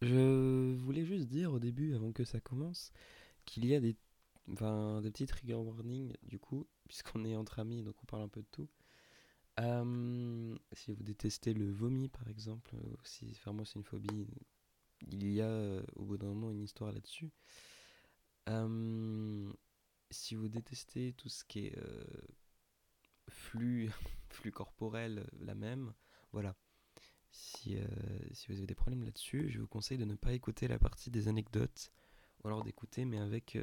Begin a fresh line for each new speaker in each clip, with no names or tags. Je voulais juste dire au début, avant que ça commence, qu'il y a des, enfin, des petits trigger warnings, du coup, puisqu'on est entre amis, donc on parle un peu de tout. Euh, si vous détestez le vomi, par exemple, euh, si enfin, moi c'est une phobie, il y a euh, au bout d'un moment une histoire là-dessus. Euh, si vous détestez tout ce qui est euh, flux, flux corporel, euh, la même, voilà. Si, euh, si vous avez des problèmes là-dessus, je vous conseille de ne pas écouter la partie des anecdotes, ou alors d'écouter, mais avec,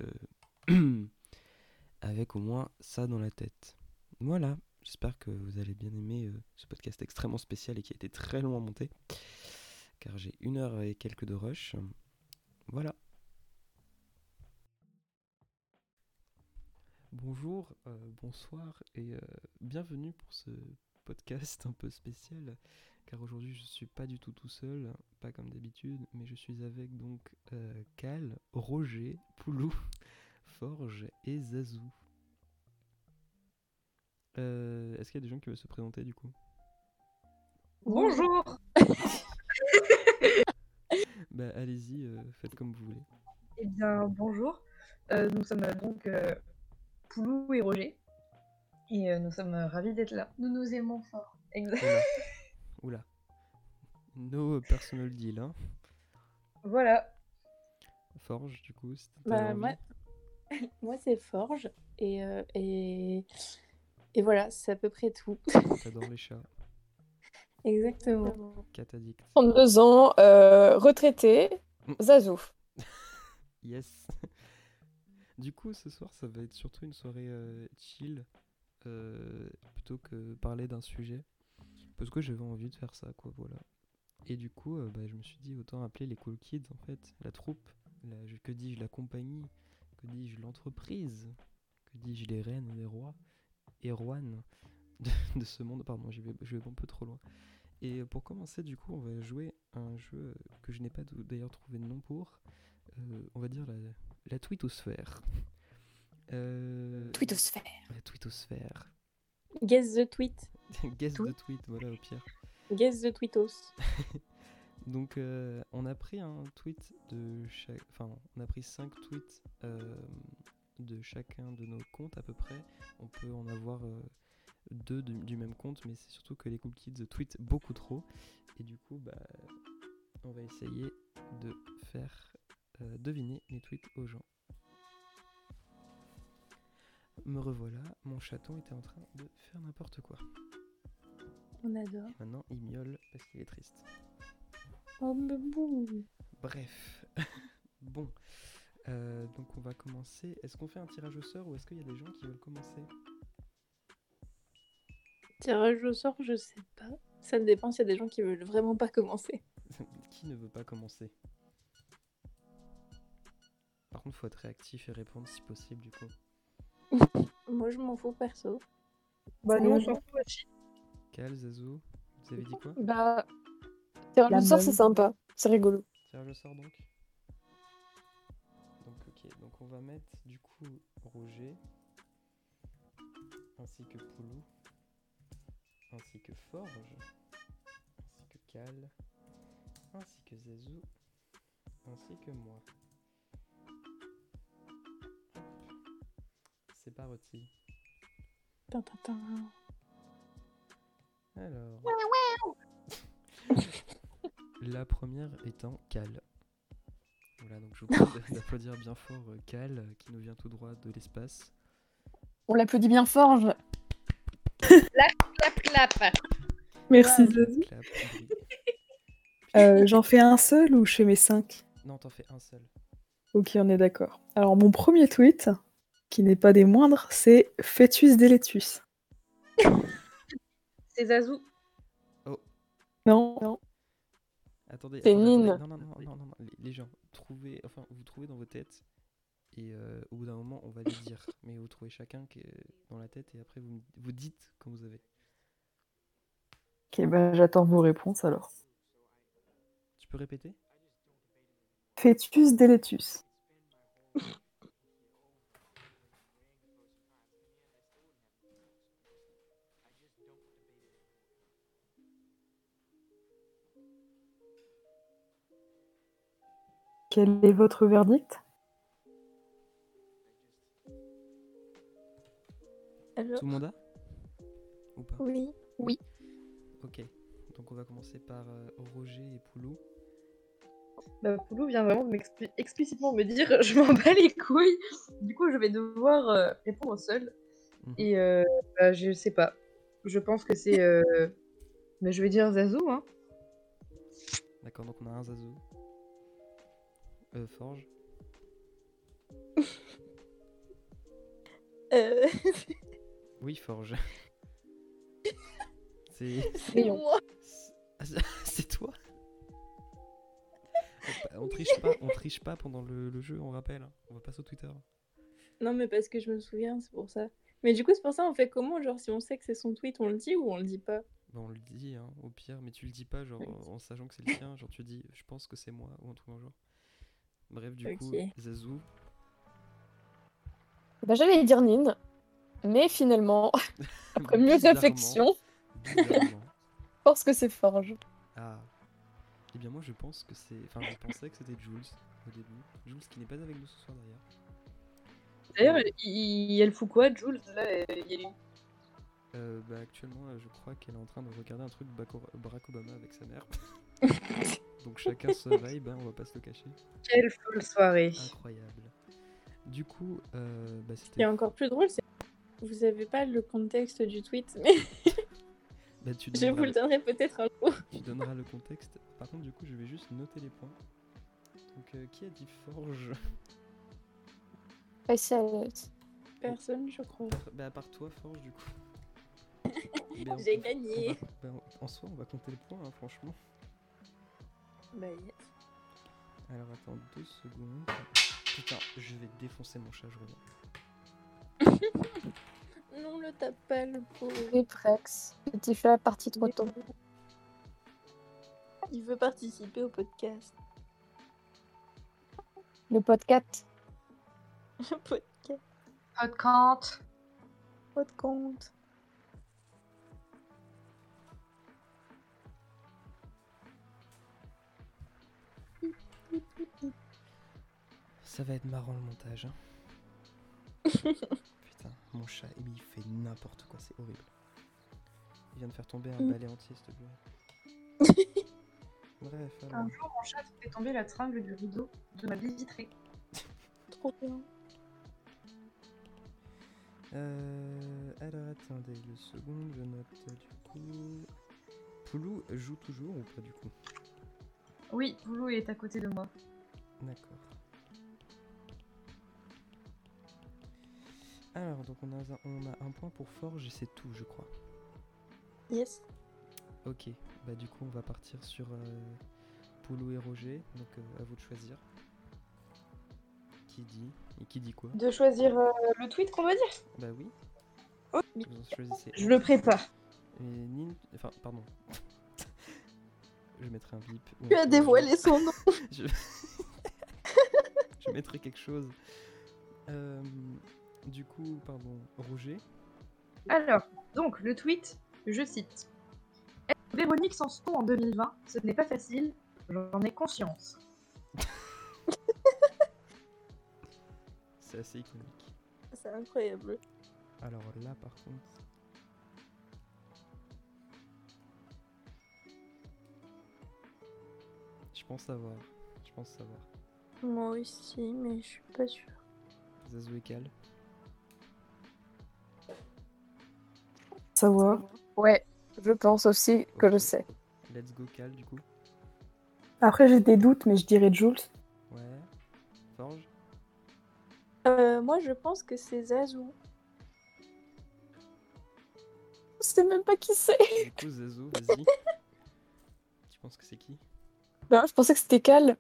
euh, avec au moins ça dans la tête. Voilà, j'espère que vous allez bien aimer euh, ce podcast extrêmement spécial et qui a été très long à monter, car j'ai une heure et quelques de rush. Voilà.
Bonjour, euh, bonsoir et euh, bienvenue pour ce podcast un peu spécial car aujourd'hui je suis pas du tout tout seul, pas comme d'habitude, mais je suis avec donc euh, Cal, Roger, Poulou, Forge et Zazou. Euh, Est-ce qu'il y a des gens qui veulent se présenter du coup
Bonjour
Bah allez-y, euh, faites comme vous voulez.
Eh bien, bonjour. Euh, nous sommes euh, donc euh, Poulou et Roger. Et euh, nous sommes euh, ravis d'être là. Nous nous aimons fort. Exact.
Oula, oula. No personal deal, hein.
Voilà.
Forge du coup, c'était
Bah,
ta
moi-
envie
Moi, c'est Forge. Et, euh, et, et voilà, c'est à peu près tout.
T'adores les chats,
Exactement.
cat addict.
Oh.
32 ans, euh, retraité,
Mm.
Zazou.
Yes. Du coup, ce soir, ça va être surtout une soirée euh, chill, euh, plutôt que parler d'un sujet. Parce que j'avais envie de faire ça, quoi, voilà. Et du coup, euh, bah, je me suis dit, autant appeler les cool kids, en fait, la troupe, la, je- que dis-je, la compagnie, que dis-je, l'entreprise, que dis-je, les reines, les rois, et roines de, de ce monde. Pardon, je vais, je vais un peu trop loin. Et pour commencer, du coup, on va jouer à un jeu que je n'ai pas d'ou- d'ailleurs trouvé de nom pour, euh, on va dire la, la tweetosphère. Euh,
Twittosphère.
La tweetosphère.
Guess the tweet.
Guess de
Tweet.
tweet, voilà au pire.
Guess the tweetos.
Donc euh, on a pris un tweet de chaque... Enfin, on a pris 5 tweets euh, de chacun de nos comptes à peu près. On peut en avoir euh, deux du, du même compte, mais c'est surtout que les cool kids tweetent beaucoup trop. Et du coup, bah, on va essayer de faire euh, deviner les tweets aux gens. Me revoilà, mon chaton était en train de faire n'importe quoi.
On adore.
Maintenant, il miaule parce qu'il est triste.
Oh, mais bon.
Bref, bon, Euh, donc on va commencer. Est-ce qu'on fait un tirage au sort ou est-ce qu'il y a des gens qui veulent commencer
Tirage au sort, je sais pas. Ça dépend s'il y a des gens qui veulent vraiment pas commencer.
Qui ne veut pas commencer Par contre, faut être réactif et répondre si possible du coup.
Moi, je m'en fous perso.
Bah, nous, on
Ouais.
s'en fout aussi.
Cal, Zazou, vous avez dit quoi
Bah, tirage
La
au sort,
meule.
c'est sympa. C'est rigolo.
Tirage au sort donc Donc ok, donc on va mettre du coup Roger, ainsi que Poulou, ainsi que Forge, ainsi que Cal, ainsi que Zazou, ainsi que moi. Hop. C'est parti.
Tin, tin, tin.
Alors. La première étant Cal. Voilà, donc je vous propose d'applaudir bien fort euh, Cal, euh, qui nous vient tout droit de l'espace.
On l'applaudit bien fort.
Clap, clap.
Merci Zazie.
Clap, bruit.
Euh, J'en fais un seul ou je fais mes cinq
Non, t'en fais un seul.
Ok, on est d'accord. Alors, mon premier tweet, qui n'est pas des moindres, c'est Fetus Deletus.
C'est Zazou.
Non, non.
Attendez,
C'est
attendez,
Mine.
attendez. Non, non, non, non, non, non, Les, les gens, trouvez, enfin, vous trouvez dans vos têtes, et euh, au bout d'un moment, on va les dire. Mais vous trouvez chacun qui est dans la tête, et après, vous, me- vous dites quand vous avez.
Ok, bah j'attends vos réponses alors.
Tu peux répéter
Fetus Deletus. quel est votre verdict
Alors,
Tout le monde a Ou pas
oui.
Ok. Donc on va commencer par euh, Roger et Poulou.
Bah, Poulou vient vraiment de m'expli- explicitement me dire je m'en bats les couilles. Du coup, je vais devoir euh, répondre seul.
Mhm.
Et euh, bah, je sais pas. Je pense que c'est. euh, Mais je vais dire Zazu, hein.
D'accord, donc on a un Zazu. Euh, Forge.
Euh,
Oui, Forge. c'est.
c'est
Rayon.
moi.
Ah, c'est- C'est toi Hop, On triche pas, on triche pas pendant le, le jeu, on rappelle. hein. On va pas sur Twitter.
Non, mais parce que je me souviens, c'est pour ça. Mais du coup, c'est pour ça, on fait comment Genre, si on sait que c'est son tweet, on le dit ou on le dit pas
Bah, on le dit, hein, au pire, mais tu le dis pas, genre
Oui.
en en sachant que c'est le tien, genre tu dis je pense que c'est moi ou un truc dans le genre. Bref, du coup,
Ok.
Zazou,
Bah, J'allais dire Nin, mais finalement, après mieux
Ah, bizarrement-
réflexion,
bizarrement.
je pense que c'est Forge.
Ah. Eh bien, moi, je pense que c'est. Enfin, je pensais que c'était Jules au début. Jules qui n'est pas avec nous ce soir d'ailleurs.
D'ailleurs, il, il- elle fout quoi, Jules Là, euh, il y a une-
Euh, bah, actuellement, euh, je crois qu'elle est en train de regarder un truc Bacor- Barack Obama avec sa mère. Donc, chacun se vibe, hein, on va pas se le cacher.
Quelle folle soirée.
Incroyable. Du coup, euh, bah,
Et
c'était.
encore plus drôle, c'est. Vous avez pas le contexte du tweet, mais
Bah, tu
je vous
demanderas-
le donnerai peut-être un jour.
Tu donneras le contexte. Par contre, du coup, je vais juste noter les points. Donc, euh, qui a dit Forge
Facial.
Personne, je crois.
Bah, à part toi, Forge, du coup. Mais on-
J'ai
on- on
gagné.
va- bah, en- en soi, on va compter les points, hein, franchement.
Bah, yes.
Alors attends deux secondes. Putain, je vais défoncer mon chat, je reviens.
Non, le tape pas, le pauvre.
Riprex. Petit chat, partie trop tôt.
Il veut participer au podcast.
Le podcast.
Le podcast.
Podcast.
Pas de compte.
Ça va être marrant le montage. Hein. Putain, mon chat, mais il fait n'importe quoi, c'est horrible. Il vient de faire tomber un
Mm.
balai entier, s'il te plaît. Bref, alors.
Un jour, mon chat fait tomber la tringle du rideau de ma vie vitrée.
Trop bien.
Euh, alors attendez deux secondes, je note euh, du coup. Poulou joue toujours ou pas du coup
Oui, Poulou est à côté de moi.
D'accord. Alors, donc on a, un- on a un point pour Forge et c'est tout, je crois.
Yes.
Ok, bah du coup, on va partir sur euh, Poulou et Roger. Donc, euh, à vous de choisir. Qui dit Et qui dit quoi
De choisir euh, le tweet qu'on va dire
Bah oui, vous en choisissez.
Je le prépare.
Et Nin. Enfin, pardon. je mettrai un bip. ou un
Tu as
truc.
dévoilé son nom.
Je... je mettrai quelque chose. Euh, du coup, pardon, Roger.
Alors, donc, le tweet, je cite. Être Véronique Sanson en 2020, ce n'est pas facile, j'en ai conscience.
C'est assez iconique.
C'est incroyable.
Alors là, par contre. Je pense savoir. Je pense savoir.
Moi aussi, mais je suis pas sûre.
Zazou et Cal.
Savoir.
Ouais, je pense aussi que je sais.
Let's go Cal, du coup.
Après, j'ai des doutes, mais je dirais Jules.
Ouais. Forge.
Euh, moi, je pense que c'est Zazou.
Je sais même pas qui c'est.
Du coup, Zazou, vas-y. tu penses que c'est qui
Ben, je pensais que c'était Cal.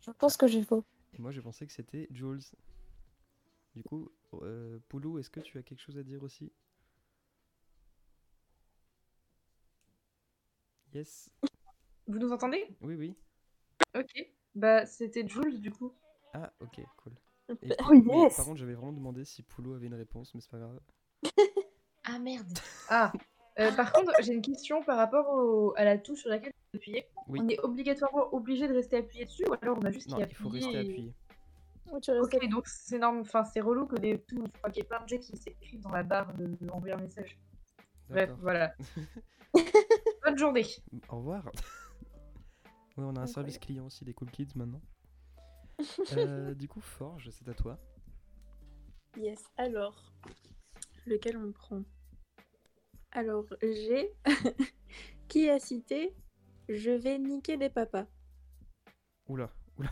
Je pense que j'ai faux.
Et moi, je pensais que c'était Jules. Du coup, euh, Poulou, est-ce que tu as quelque chose à dire aussi Yes.
Vous nous entendez
Oui, oui.
Ok. Bah, c'était Jules, du coup.
Ah, ok, cool.
Bah,
Poulou-
yes.
mais Par contre, j'avais vraiment demandé si Poulou avait une réponse, mais c'est pas grave.
Ah, merde. Ah, euh, par contre, j'ai une question par rapport au- à la touche sur laquelle appuyer,
Oui.
on est obligatoirement obligé de rester appuyé dessus ou alors on a juste
Non,
qu'à
il faut
appuyer
rester
et-
appuyé.
Oui, tu restes
Ok, donc c'est énorme, enfin c'est relou que des tout, je crois qu'il y ait plein de jets qui s'écrivent dans la barre de de envoyer un message. Bref,
D'accord.
voilà. Bonne journée.
Au revoir. ouais, on a un service client aussi des Cool Kids maintenant. Euh, du coup, Forge, c'est à toi.
Yes, alors, lequel on prend Alors, j'ai. Qui a cité Je vais niquer des papas
Oula, oula.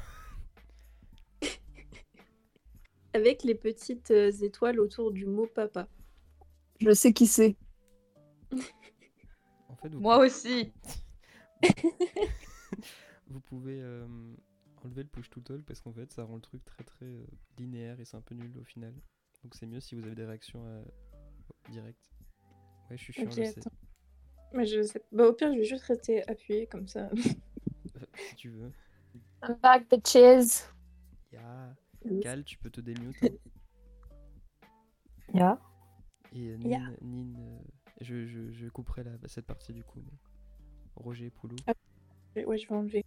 Avec les petites euh, étoiles autour du mot papa.
Je sais qui c'est.
En fait, vous,
Moi aussi.
vous pouvez euh, enlever le push to talk parce qu'en fait, ça rend le truc très très euh, linéaire et c'est un peu nul au final. Donc c'est mieux si vous avez des réactions euh, directes. Ouais, je suis chiant,
Ok,
je sais.
attends. Mais je sais. Bah, au pire, je vais juste rester appuyée comme ça.
Si tu veux.
I'm back, bitches.
Ya.
Yes.
Cal, tu peux te démute. hein.
Ya.
Et euh, Nin,
Ya.
Nin, euh, je, je- je couperai la, bah, cette partie du coup. mais Roger, Poulou.
Ouais, je vais enlever.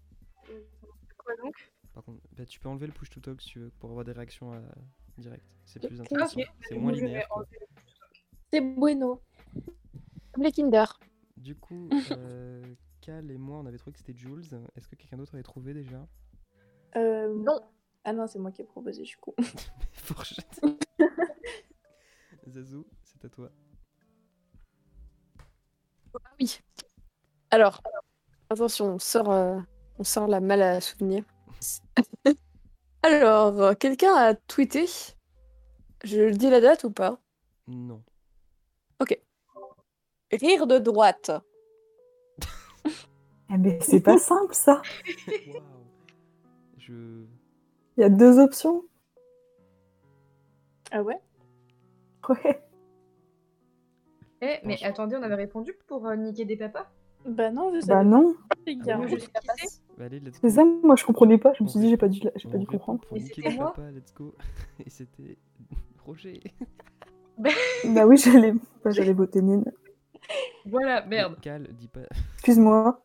Quoi donc
Par contre, bah, tu peux enlever le push to talk si tu veux pour avoir des réactions euh, directes. C'est plus
Ok.
intéressant.
Ok,
C'est
du
moins
coup, je vais
linéaire. quoi.
enlever
C'est bueno.
Comme les Kinder.
Du coup, euh, Cal et moi, on avait trouvé que c'était Jules. Est-ce que quelqu'un d'autre avait trouvé déjà
Euh,
Non.
Ah non, c'est moi qui ai proposé, je suis con.
Fourchette. Zazou, c'est à toi.
Oui. Alors, attention, on sort, euh, on sort la malle à souvenir. Alors, euh, quelqu'un a tweeté. Je dis la date ou pas
Non.
Rire de droite.
Eh ben, c'est pas simple ça.
Waouh. Je.
Il y a deux options.
Ah ouais
Ouais.
Eh, mais
Franchement.
attendez, on avait répondu pour euh, niquer des papas
Bah non, vous
Bah
avez
non.
les
Ah
gars.
bon,
Moi, je sais qui c'est.
Bah, allez, let's go.
C'est ça, moi je comprenais pas. Je me
On
suis dit, j'ai pas
répond-
dû, la- j'ai pas
on
dû
répond
comprendre.
Pour
Mais
niquer
c'était
les
moi.
papas, let's go. Et c'était Roger.
Bah oui, j'allais bah, j'allais voter Nine.
Voilà, merde.
Cal, dis pas
Excuse-moi.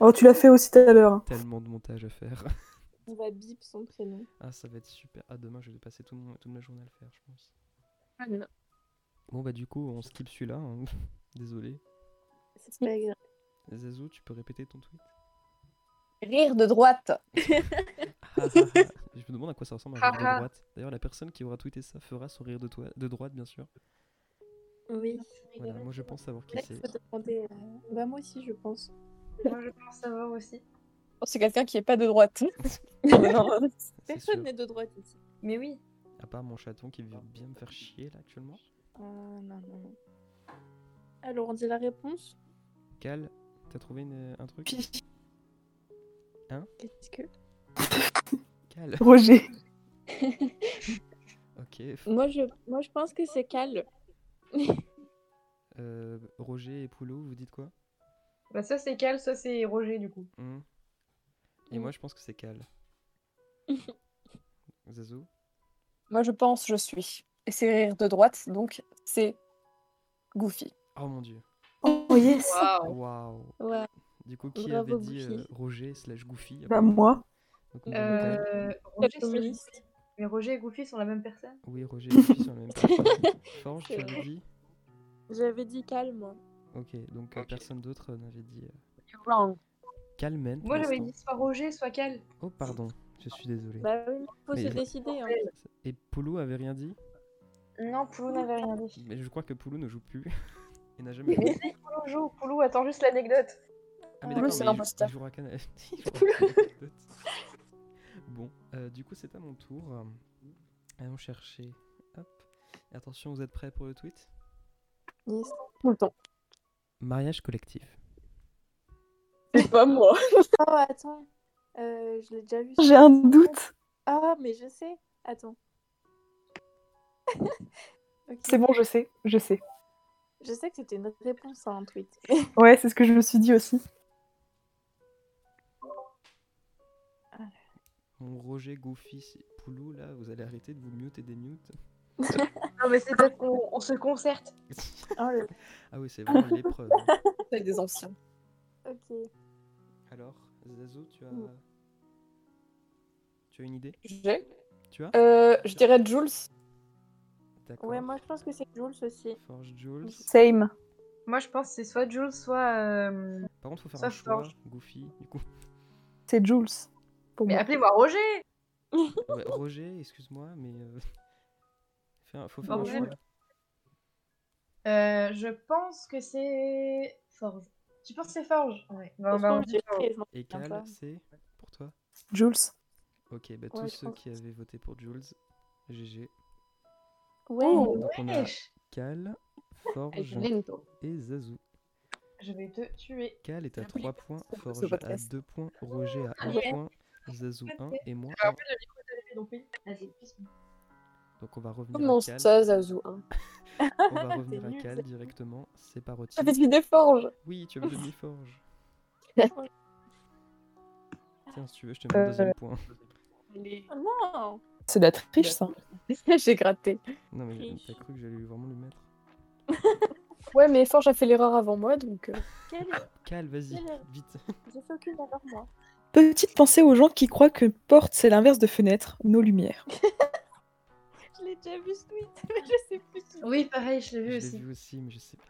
Oh, tu l'as fait aussi tout à l'heure. hein.
tellement de montage à faire.
On va bip son prénom.
Ah, ça va être super. Ah, demain, je vais passer tout mon- toute ma journée à le faire, je pense.
Anne.
Bon, bah, du coup, on skip celui-là. hein. Désolé.
C'est pas grave.
Zazou, tu peux répéter ton tweet
Rire de droite.
Ah, ah, ah. Je me demande à quoi ça ressemble un
Ah,
rire de
ah.
droite. D'ailleurs, la personne qui aura tweeté ça fera son rire de, toi... de droite, bien sûr.
Oui.
Voilà, moi, je pense savoir qui
Là, il
c'est.
faut demander, euh, Bah moi aussi, je pense.
Moi, je pense savoir aussi.
Oh, c'est quelqu'un qui est pas de droite.
C'est sûr.
Personne n'est de droite ici.
Mais oui.
À part mon chaton qui vient bien me faire chier, là, actuellement.
Ah non, non, non. Alors, on dit la réponse
Cal, t'as trouvé une- euh, un truc Hein
Qu'est-ce que
Cal
Roger.
Ok. f-
moi je... moi, je pense que c'est Cal.
euh, Roger et Poulou, vous dites quoi
Bah, ça, c'est Cal, ça, c'est Roger, du coup.
Hmm. Et
Hmm.
moi, je pense que c'est Cal. Zazou
Moi, je pense, je suis. Et c'est rire de droite, donc c'est Goofy.
Oh mon dieu.
Oh yes.
Waouh.
Waouh.
Ouais.
Du coup, qui
Bravo,
avait dit
Goofy.
euh, Roger slash Goofy
Bah
apparemment
moi.
Donc, nous avons Cal.
Euh, Roger, c'est- mais Roger et Goofy sont la même personne
Oui, Roger et Goofy sont la même personne. Forge, tu
C'est
avais
vrai.
dit
J'avais dit Cal, moi.
Ok, donc euh, personne d'autre euh, n'avait dit. euh,
Wrong.
Calmen. pour
Moi, j'avais
l'instant.
dit soit Roger, soit Cal.
Oh, pardon, je suis désolé.
Bah oui, faut
Mais-
se décider. Hein.
Et Poulou avait rien dit
Non, Poulou n'avait rien dit.
Mais je crois que Poulou ne joue plus. Et n'a jamais
Mais
joué.
si, Poulou joue. Poulou, attends juste l'anecdote.
Ah, mais
Poulou,
d'accord,
c'est
mais
un
il joue-
imposteur.
il jouera qu'à- il jouera qu'à l'anecdote. Bon, euh, du coup, c'est à mon tour. Allons chercher. Hop. Et attention, vous êtes prêts pour le tweet
Yes.
Tout le temps.
Mariage collectif.
C'est pas moi.
Oh, attends. Euh, je l'ai déjà vu.
J'ai un doute.
Ah, mais je sais. Attends. Ok.
C'est bon, je sais. Je sais.
Je sais que c'était une réponse à un tweet.
Ouais, c'est ce que je me suis dit aussi.
Mon Roger, Goofy, c'est- Poulou, là, vous allez arrêter de vous mute et démute.
Non, mais c'est parce qu'on on se concerte.
Oh, le-
ah oui, c'est vraiment l'épreuve.
Avec des anciens.
Ok.
Alors, Zazo, tu as.
Ouh.
Tu as une idée
J'ai.
Tu as
Euh, je dirais Jules.
D'accord.
Ouais, moi je pense que c'est Jules aussi.
Forge Jules.
Same.
Moi, je pense que c'est soit Jules, soit. euh,
Par contre, faut faire
Ça,
un choix.
Forge.
Goofy, du coup.
C'est Jules. Pour
Mais
moi.
appelez-moi Roger
Ouais, Roger, excuse-moi, mais. euh, fais un- Faut faire un
Forge.
choix.
Euh, Je pense que c'est. Forge. Tu penses que c'est Forge Ouais. Bah, on va en
Je
dire Forge.
dirais-
Et
Sympa.
Cal, c'est pour toi
Jules.
Ok, bah
je
tous ceux
pense
qui avaient voté pour Jules, GG.
Ouais,
Oh.
Donc on a
Wesh
Cal, Forge
Lento.
et Zazou.
Je vais te tuer.
Cal est à 3 points,
ce
Forge à
podcast.
2 points, Roger à 1
Ouais.
point, Zazou 1 et moi
Ah,
un.
en fait, le micro est allumé, donc oui. Vas-y, bisous.
Donc on va revenir
Comment
à Cal.
ça, Zazou hein
On va
T'es
revenir à
nul,
Cal
Zazou.
directement. C'est parti.
Ça fait une forge
Oui, tu veux le demi-forge. Tiens, si tu veux, je te mets
Euh,
un deuxième point.
Oh non
C'est de la triche, ça.
J'ai gratté.
Non, mais
triche.
t'as cru que j'allais vraiment lui mettre.
Ouais, mais Forge a fait l'erreur avant moi, donc. euh,
Quelle
Cal, vas-y,
Quelle-
vite.
J'ai fait aucune erreur moi.
Petite pensée aux gens qui croient que porte, c'est l'inverse de fenêtre, nos lumières.
Je l'ai déjà vu ce tweet, mais je sais plus. qui.
Oui, pareil, je l'ai
Je
vu
l'ai
aussi.
vu aussi, mais je sais pas.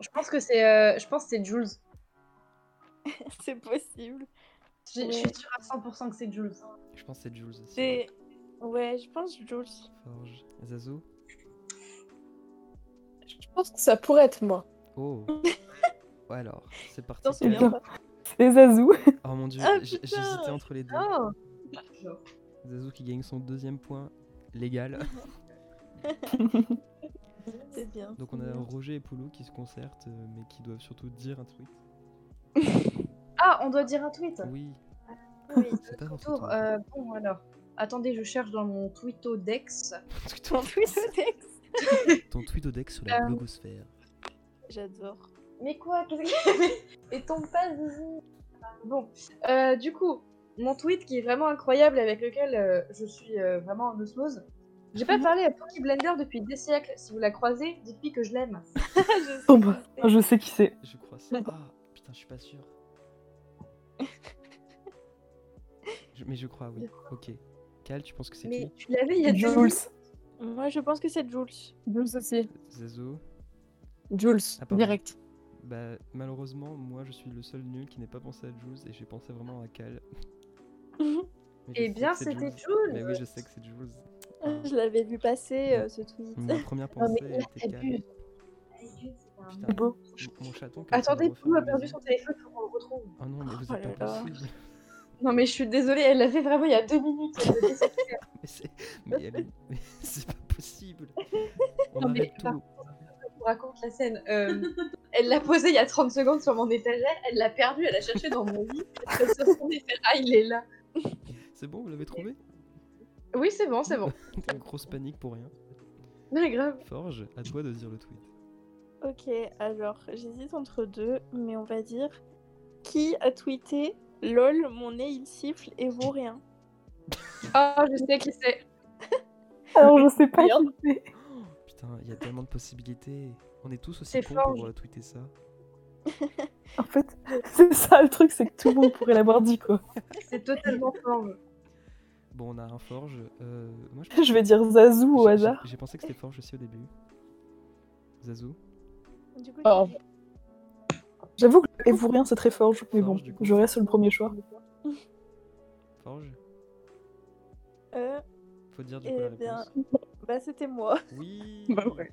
Je pense que c'est euh, je pense que c'est Jules.
C'est possible.
Je je suis sûre à 100% que c'est Jules.
Je pense que c'est Jules aussi.
C'est. Ouais, je pense Jules.
Forge. Zazo
Je pense que ça pourrait être moi.
Oh Alors, c'est parti.
T'en
Cal.
souviens pas
C'est Zazou.
Oh mon dieu,
Ah,
j-
putain.
j'hésitais entre les deux.
Oh
Zazu qui gagne son deuxième point légal.
C'est bien.
Donc on a Roger et Poulou qui se concertent, euh, mais qui doivent surtout dire un tweet.
Ah, on doit dire un tweet.
Oui,
Oui.
c'est pas votre
Tour,
tour.
euh, bon alors. Attendez, je cherche dans mon Twitodex.
Ton tweet au texte.
Ton tweet au deck sur la
euh,
blogosphère.
J'adore.
Mais quoi Qu'est-ce que... Et tombe pas, Zizi Bon, euh, du coup, mon tweet qui est vraiment incroyable, avec lequel euh, je suis euh, vraiment en osmose. J'ai pas
Mhm.
parlé à Pookie Blender depuis des siècles. Si vous la croisez, dites-lui que je l'aime.
Je sais
Oh
qui
bah,
c'est.
Je sais qui c'est.
Je crois ça. Ah, putain, je suis pas sûr. mais je crois, oui. Ok. Cal, tu penses que c'est
Mais
qui
tu l'avais il y a deux
Jules.
minutes.
Moi, je pense que c'est Jules.
Jules aussi.
Zazo
Jules,
Ah, pardon.
direct.
Bah, malheureusement, moi je suis le seul nul qui n'ait pas pensé à Jules et j'ai pensé vraiment à Cal. Mais je
Eh
sais
bien,
que c'est
c'était
Mais
Jules.
oui, je sais que c'est Jules. Ah.
Je l'avais vu passer euh, ce tweet.
Ma première
Non,
pensée
mais là,
était Cal.
t'abuses.
Putain,
C'est beau.
mon- mon chaton. quand
Attendez,
il
Poulou a
referme
perdu
les
son
yeux-
téléphone, faut qu'on le retrouve.
Oh non, mais vous
Oh
êtes
là
pas
là.
possible.
Non mais je suis désolée, elle l'avait vraiment il y a deux minutes. elle le disait.
Mais c'est, mais elle est- mais c'est pas possible. On
Non, mais
arrête
par
tout.
Je vous raconte la scène. Euh, elle l'a posée il y a 30 secondes sur mon étagère, elle l'a perdue, elle l'a cherchée dans mon lit. Elle s'est retournée, elle fait, Ah, il est là.
C'est bon, vous l'avez trouvé
Oui, c'est bon, c'est bon.
Grosse panique pour rien.
Non, mais grave.
Forge, à toi de dire le tweet.
Ok, alors j'hésite entre deux, mais on va dire qui a tweeté LOL, mon nez il siffle et vaut rien.
Ah, je sais qui c'est.
Alors je sais pas
Merde.
qui c'est.
Oh, putain, il y a tellement de possibilités. On est tous aussi
C'est
cons
Forge.
pour euh, tweeter ça.
En fait, c'est ça le truc, c'est que tout le monde pourrait l'avoir dit quoi.
C'est totalement Forge.
Bon, on a un Forge. euh, moi, je
Je vais dire Zazou au
J'ai- j'ai-
hasard.
J'ai pensé que c'était Forge aussi au début. Zazou
Du coup,
Oh.
tu-
J'avoue que et vous rien, c'est très fort, mais bon,
Forge, du coup.
je reste sur le premier choix.
Forge
Euh,
Faut dire du coup la
eh bien,
réponse.
bah c'était moi,
Oui
Bah ouais.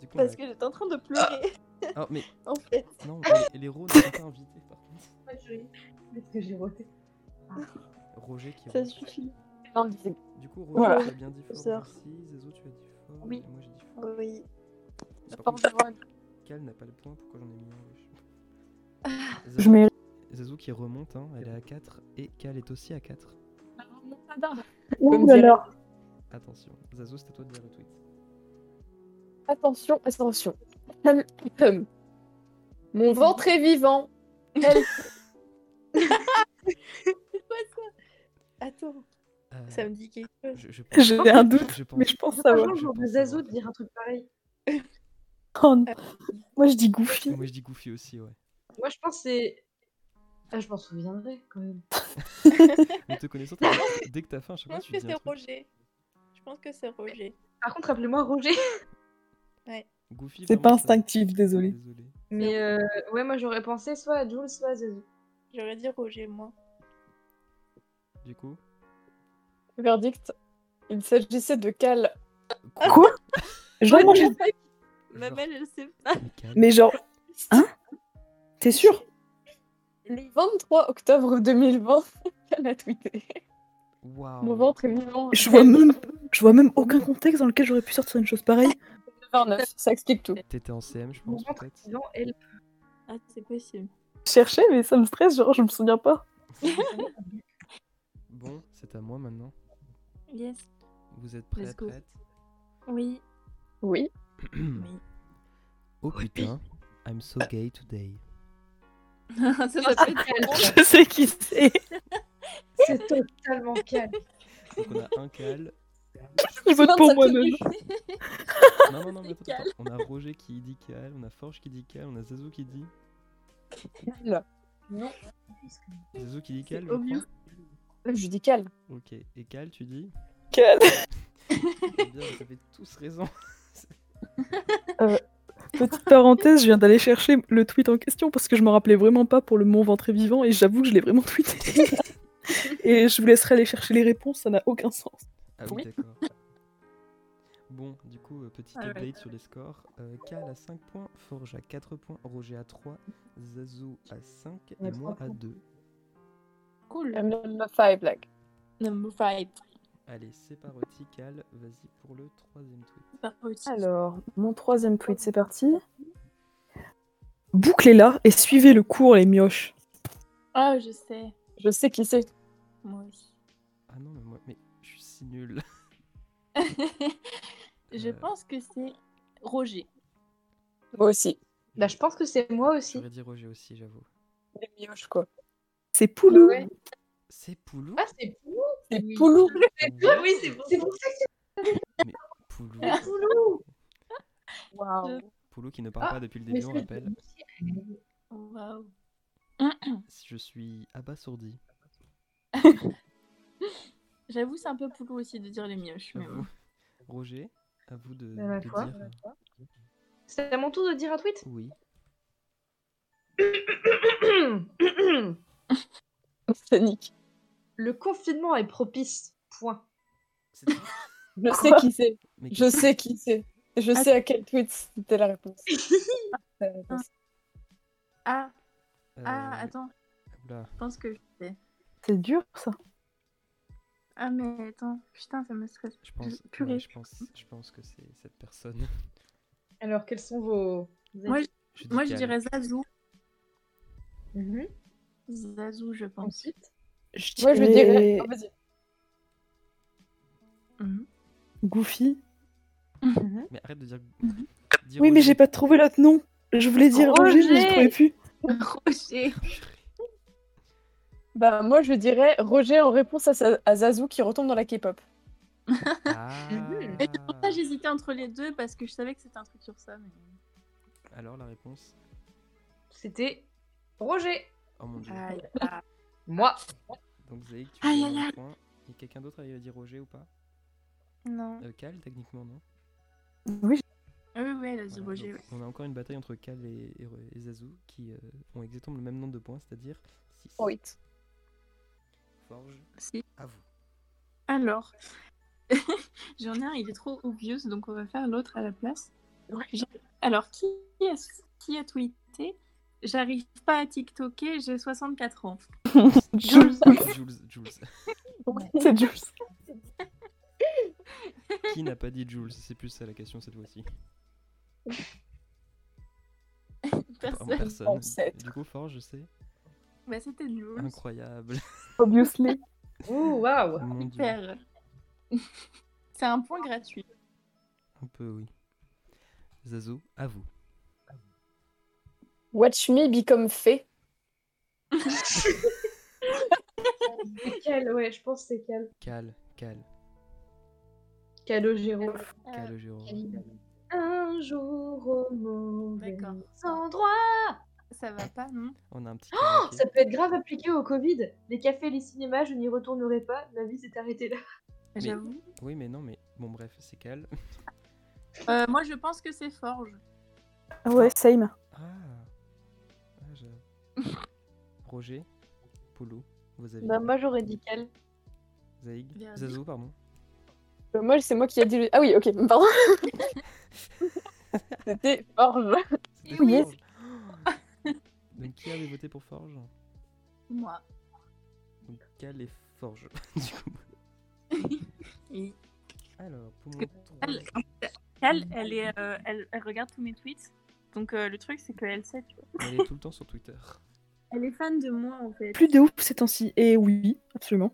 Du coup, on
parce
a-
que j'étais en train de pleurer
Ah, mais
en fait.
non, les, les rôles ne sont pas invités par contre.
Parce que j'ai voté.
Roger qui
Ça
rentre.
suffit.
Invisible.
Du coup, Roger,
Voilà.
tu as bien dit
Sœur.
Forge aussi. Zazo, tu as dit Forge.
Oui.
et Moi, j'ai dit Forge.
Oui.
Par
Forge
contre,
voit-
Cal n'a pas le point. Pourquoi j'en ai mis un je sais pas.
Je
Zazo,
mets
Zazo qui remonte, hein, elle est à 4 et Cal est aussi à 4.
Ouh
Comme
là
dirait-
là.
Attention, Zazo, c'est à toi de dire le tweet.
Attention, attention. Hum, hum. Mon ventre est vivant. Elle-
Attends,
Euh,
ça me dit quelque chose.
je- je pense-
J'ai un doute,
je pense-
mais je pense
Ah
savoir.
ouais, j'aurais Zazo de dire un truc pareil.
Oh non. Moi je dis Goofy.
Moi, je dis Goofy aussi, ouais.
Moi, je pense que c'est. Ah, je m'en souviendrai quand même.
Mais te connaissant, t'as- dès que t'as faim, à chaque
Je
fois,
pense
tu
que
dis un
c'est
truc.
Roger. Je pense que c'est Roger.
Par contre, rappelez-moi Roger.
Goofy,
C'est
vraiment,
pas
ça-
instinctif, désolé.
Désolé.
Mais euh, ouais, moi j'aurais pensé soit à Jules, soit à Zazu.
J'aurais dit Roger, moi.
Du coup.
Verdict. Il s'agissait de Cal.
Quoi Genre, moi, j'ai-
Ma
Genre-
mère, elle sait pas.
Mais calme.
Mais genre. Hein T'es sûr
Le 23 octobre 2020, Cal a tweeté.
Waouh.
Mon ventre est vivant.
Ah. Je vois même. Je vois même aucun contexte dans lequel j'aurais pu sortir une chose pareille.
29, ça explique tout.
T'étais en CM, je
Mon
pense,
ventre
peut-être.
disant elle.
Ah, c'est possible.
Je cherchais, mais ça me stresse, genre, je me souviens pas.
Bon, c'est à moi maintenant.
Yes.
Vous êtes prêts,
Let's go.
prêtes
Oui.
Oui.
Oui.
Oh putain, I'm so gay today.
ça, ça peut être
Je sais qui c'est.
C'est totalement calme.
Donc on a un cal.
Je vote pour moi-même.
Non, non, non, mais attends,
Cal.
attends. On a Roger qui dit cal, on a Forge qui dit cal, on a Zazu qui dit.
Non.
Zazu qui dit cal, je
obvious.
crois.
Je dis Cal.
Ok, et cal, tu dis
Quel-
Eh bien, vous avez tous raison.
Petite parenthèse, je viens d'aller chercher le tweet en question parce que je m'en rappelais vraiment pas pour le Mont Ventre est vivant et j'avoue que je l'ai vraiment tweeté. et je vous laisserai aller chercher les réponses, ça n'a aucun sens.
Ah oui, d'accord. Bon, du coup, euh, petit
Ah ouais.
update sur les scores. Euh, Cal à 5 points, Forge à 4 points, Roger à 3, Zazu à 5
On a
et moi
trois
à
points.
2.
cool.
Number 5, blague.
Number 5.
Allez, c'est parti, Cal, vas-y pour le troisième tweet.
Alors, mon troisième tweet, c'est parti. Bouclez-la et suivez le cours, les mioches.
Ah, je sais.
Je sais qui c'est.
Moi aussi.
Ah non, mais moi, mais je suis si nul.
je
Euh.
pense que c'est Roger.
Moi aussi.
Bah, je pense que c'est moi aussi.
J'aurais dit Roger aussi, j'avoue.
Les mioches, quoi.
C'est Poulou.
Ouais.
C'est Poulou
Ah, c'est Poulou.
C'est
Oui. Ah
Poulou.
Oui, c'est pour, c'est pour ça que
Poulou,
c'est Poulou.
Waouh.
Poulou qui ne parle
Ah,
pas depuis le
Mais
début, on
c'est-
rappelle.
Waouh.
Je suis abasourdi.
J'avoue, c'est un peu poulou aussi de dire les mioches. Mais
J'avoue. Roger, à vous de,
À la
de
fois,
dire.
à la
euh,
C'est à mon tour de dire un tweet
Oui.
C'est Nick.
Le confinement est propice. Point.
C'est-
Je sais
Quoi
qui c'est.
Mais
Je sais qui c'est. Je sais à quel tweet c'était la réponse. La réponse.
Ah,
euh,
ah, attends.
oula.
Je pense que je sais.
C'est dur, ça.
Ah, mais attends. Putain, ça me stresse.
Je pense,
Je- purée.
ouais, je pense, je pense que c'est cette personne.
Alors, quels sont vos.
Moi, je,
Je dis
moi, je
Cal.
dirais Zazou.
Mhm.
Zazou, je pense.
Ensuite.
Je
Moi, je dirais. Oh, vas-y.
Mhm.
Goofy.
Mais arrête de dire. dis
Oui, mais
Roger.
j'ai pas trouvé l'autre nom. Je voulais dire Roger, mais je
Roger
trouvais plus.
Roger.
Bah, moi, je dirais Roger en réponse à, sa- à Zazu qui retombe dans la K-pop.
Ah.
Mais c'est pour ça que j'hésitais entre les deux parce que je savais que c'était un truc sur ça. Mais...
Alors la réponse.
C'était Roger.
Oh mon dieu.
Aïe.
Moi.
Donc Zaïk, tu
Aïe,
as
aïe,
un
aïe.
point. Et quelqu'un d'autre a dit Roger ou pas
Non.
Euh, Cal, techniquement, non
Oui,
Ah Oui, oui, elle a dit
Voilà,
Roger.
donc On a encore une bataille entre Cal et, et Re- et Zazu qui euh, ont exactement le même nombre de points, c'est-à-dire 6.
Oui.
Forge,
Si.
à vous.
Alors, j'en ai un, il est trop obvious, donc on va faire l'autre à la place. J'ai- Alors, qui a, qui a tweeté J'arrive pas à TikToker, j'ai 64 ans.
Jules.
Ah, Jules, Jules.
C'est Jules.
qui n'a pas dit Jules C'est plus ça la question cette fois-ci. En
Personne.
personne.
Ancêtre.
Du coup, Forge, je sais.
Bah, c'était Jules.
Incroyable.
Obviously.
Ouh, waouh.
Mon dieu.
Super. C'est un point gratuit.
Un peu, oui. Zazu, à vous.
Watch me become fée.
C'est Cal, ouais, je pense que c'est Cal.
Cal, Cal,
Euh,
Calogero.
Cal Ogero.
Un jour au mauvais
D'accord.
endroit.
ça va pas, non
On a un petit.
Oh,
karaoké.
Ça peut être grave appliqué au Covid. Les cafés, les cinémas, je n'y retournerai pas. Ma vie s'est arrêtée là.
J'avoue.
Oui, mais non, mais bon, bref, c'est calme.
Euh, moi, je pense que c'est Forge.
Ouais, same.
Ah, Ah, je- Roger, Polo, vous avez.
Bah, moi j'aurais dit qu'elle.
Zaïg,
Verdi.
Zazou, pardon.
Euh, Moi, c'est moi qui a dit. le- Ah oui, ok, pardon. C'était Forge.
Eh
C'était
Oui.
Forge. Donc qui avait voté pour Forge
Moi.
Donc Cal et Forge, du coup.
Et
Alors, pour mon
Parce
troisième-
elle, elle, elle est, euh, elle, elle regarde tous mes tweets. Donc euh, le truc, c'est qu'elle sait. tu vois.
elle est tout le temps sur Twitter.
Elle est fan de moi, en fait.
Plus de ouf ces temps-ci. Et oui, absolument.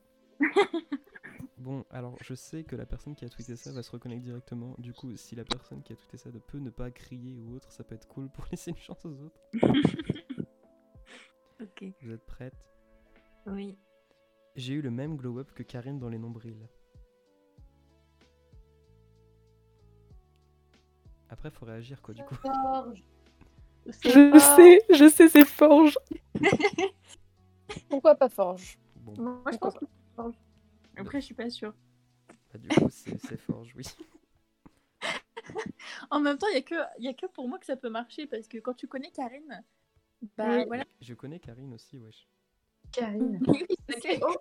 Bon, alors je sais que la personne qui a tweeté ça va se reconnecter directement. Du coup, si la personne qui a tweeté ça ne peut ne pas crier ou autre, ça peut être cool pour laisser une chance aux autres.
Ok.
Vous êtes prêtes
Oui.
J'ai eu le même glow-up que Karine dans les nombrils. Après, faut réagir quoi, du coup.
Je sais, je sais, c'est Forge.
Pourquoi pas Forge
Bon,
Moi, je pense que c'est Forge. Après, je suis pas sûre.
bah, du coup, c'est c'est Forge, oui.
En même temps, il n'y a, que- y a que pour moi que ça peut marcher. Parce que quand tu connais Karine, bah
Oui.
voilà.
Je connais Karine aussi, wesh.
Karine.
Oui, je sais. Oh,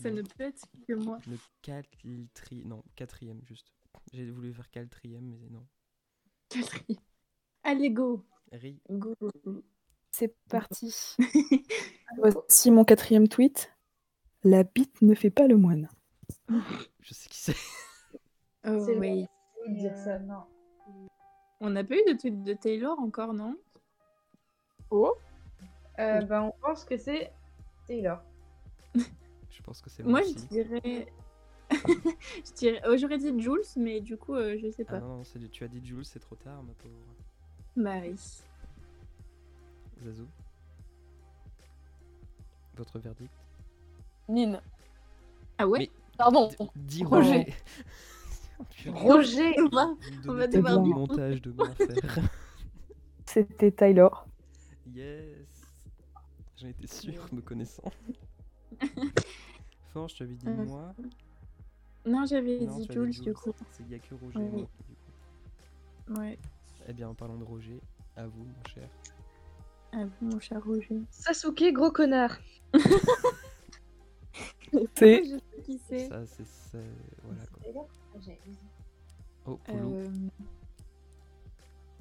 ça ne peut être que moi.
Le quatrième. Non, quatrième, juste. J'ai voulu faire quatrième, mais non.
Catherine. Allez, go.
Ri.
Go.
C'est parti. Voici mon quatrième tweet. La bite ne fait pas le moine.
Je sais qui c'est.
Oh,
C'est
oui.
Je vais dire ça, non.
On n'a pas eu de tweet de Taylor encore, non
Euh, bah, on pense que c'est Taylor.
Je pense que c'est moi
Moi, je
aussi.
dirais. je dirais... oh, J'aurais dit Jules, mais du coup, euh, je sais
Ah
pas.
non, non, c'est du- tu as dit Jules, c'est trop tard, ma pauvre.
Marie.
Zazou. Votre verdict
Nine.
Ah ouais
Pardon.
D- Dis
Roger.
Roger. Putain,
Roger
On
vous me
va- on
donnez
va
tellement
devoir
de
dire.
montage de moi à faire.
C'était Tyler.
Yes J'en étais sûr, me connaissant. Forge, tu avais dit
Euh,
moi.
Non, j'avais
Non,
dit
tu avais
Jules,
dit
du coup.
C'est y a que Roger et
Oui.
moi, du coup.
Ouais.
Eh bien, en parlant de Roger, à vous, mon cher.
Ah, vous, mon cher Roger.
Sasuke, gros connard.
C'est
Je sais qui c'est.
Ça, c'est ça. Voilà quoi.
Roger.
Oh, Poulou.
Euh,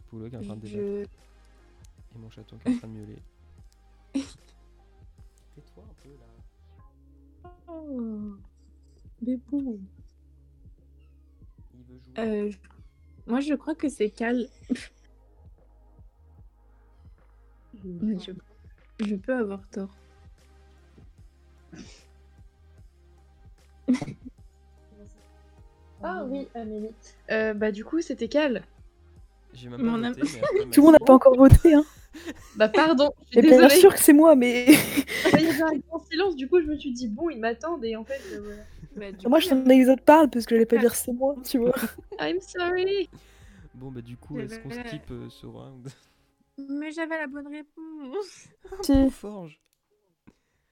Poulou qui est en train de débattre.
je...
Et mon chaton qui est en train de miauler. Tais-toi un peu là.
Oh. Mais bon.
Il veut jouer.
Euh, je- Moi, je crois que c'est Cal. Mais je... je peux avoir tort.
Ah oui, Amélie. Euh, bah, du coup, c'était Cal.
J'ai même
mais
pas
on a-
noté, mais après,
Tout le monde n'a
merci.
pas encore voté, hein.
Bah, pardon. Je suis
Et bien
désolée.
sûr que c'est moi, mais
Il y avait un grand silence. Du coup, je me suis dit, bon, ils m'attendent. Et en fait, euh, voilà.
Bah, du
moi
coup,
je t'en les autres parlent parce que j'allais pas dire c'est moi, tu vois.
I'm sorry.
Bon, bah, du coup,
Eh
est-ce qu'on
ben-
skip euh, ce round
Mais j'avais la bonne réponse.
Si.
Forge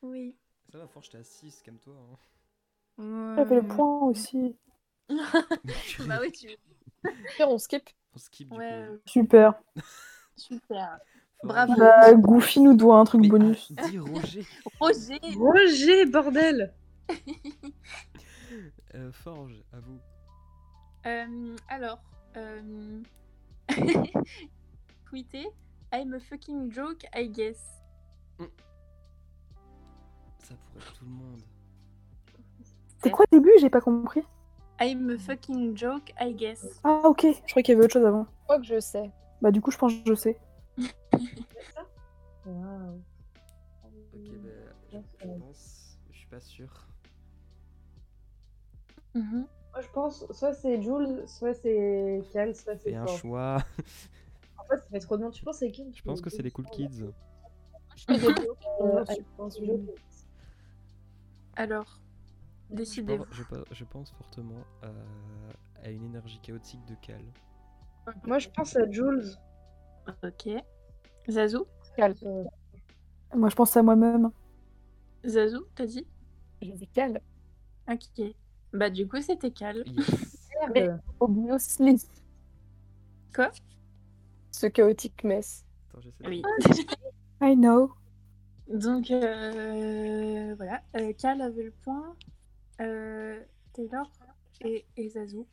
Oui.
Ça va, Forge, t'es à 6, calme-toi. hein.
J'avais le
Ouais.
point aussi.
Bah oui, tu...
Pire, on skip.
On skip du
Ouais,
coup.
Super.
super.
Forge.
bravo.
Bah, Goofy nous doit un truc
Mais,
bonus.
ah, dis Roger
Roger
Roger, bordel.
Euh, Forge, à vous.
Euh, Alors, euh... tweeter I'm a fucking joke, I guess.
Ça pourrait être tout le monde.
C'est quoi le début J'ai pas compris.
I'm a fucking joke, I guess.
Ah, ok. Je croyais qu'il y avait autre chose avant.
Je crois que je sais.
Bah, du coup, je pense que je sais.
Waouh.
Ok, bah, je, je pense. Je suis pas sûr.
Mhm.
Moi, je pense, soit c'est Jules, soit c'est Cal, soit c'est
Et un
Thor.
choix.
En fait, ça fait trop de noms. Tu penses c'est qui
Je pense que c'est les Cool Kids.
Je fais des
Euh,
jokes.
je pense que je-
Alors,
Je
décidez-vous.
pense, je pense- je pense fortement euh, à une énergie chaotique de Cal.
Moi, je pense à Jules.
Ok. Zazou
Cal.
Euh,
Moi, je pense à moi-même.
Zazou, t'as dit
J'ai dit Cal.
Ok. Bah du coup, c'était Cal.
Mais-
Merde.
Obvious List.
Quoi
Ce chaotique mess.
Attends, j'essaie de-
Oui.
I know.
Donc euh, voilà, Euh, Cal avait le point, euh, Taylor et, et Zazou.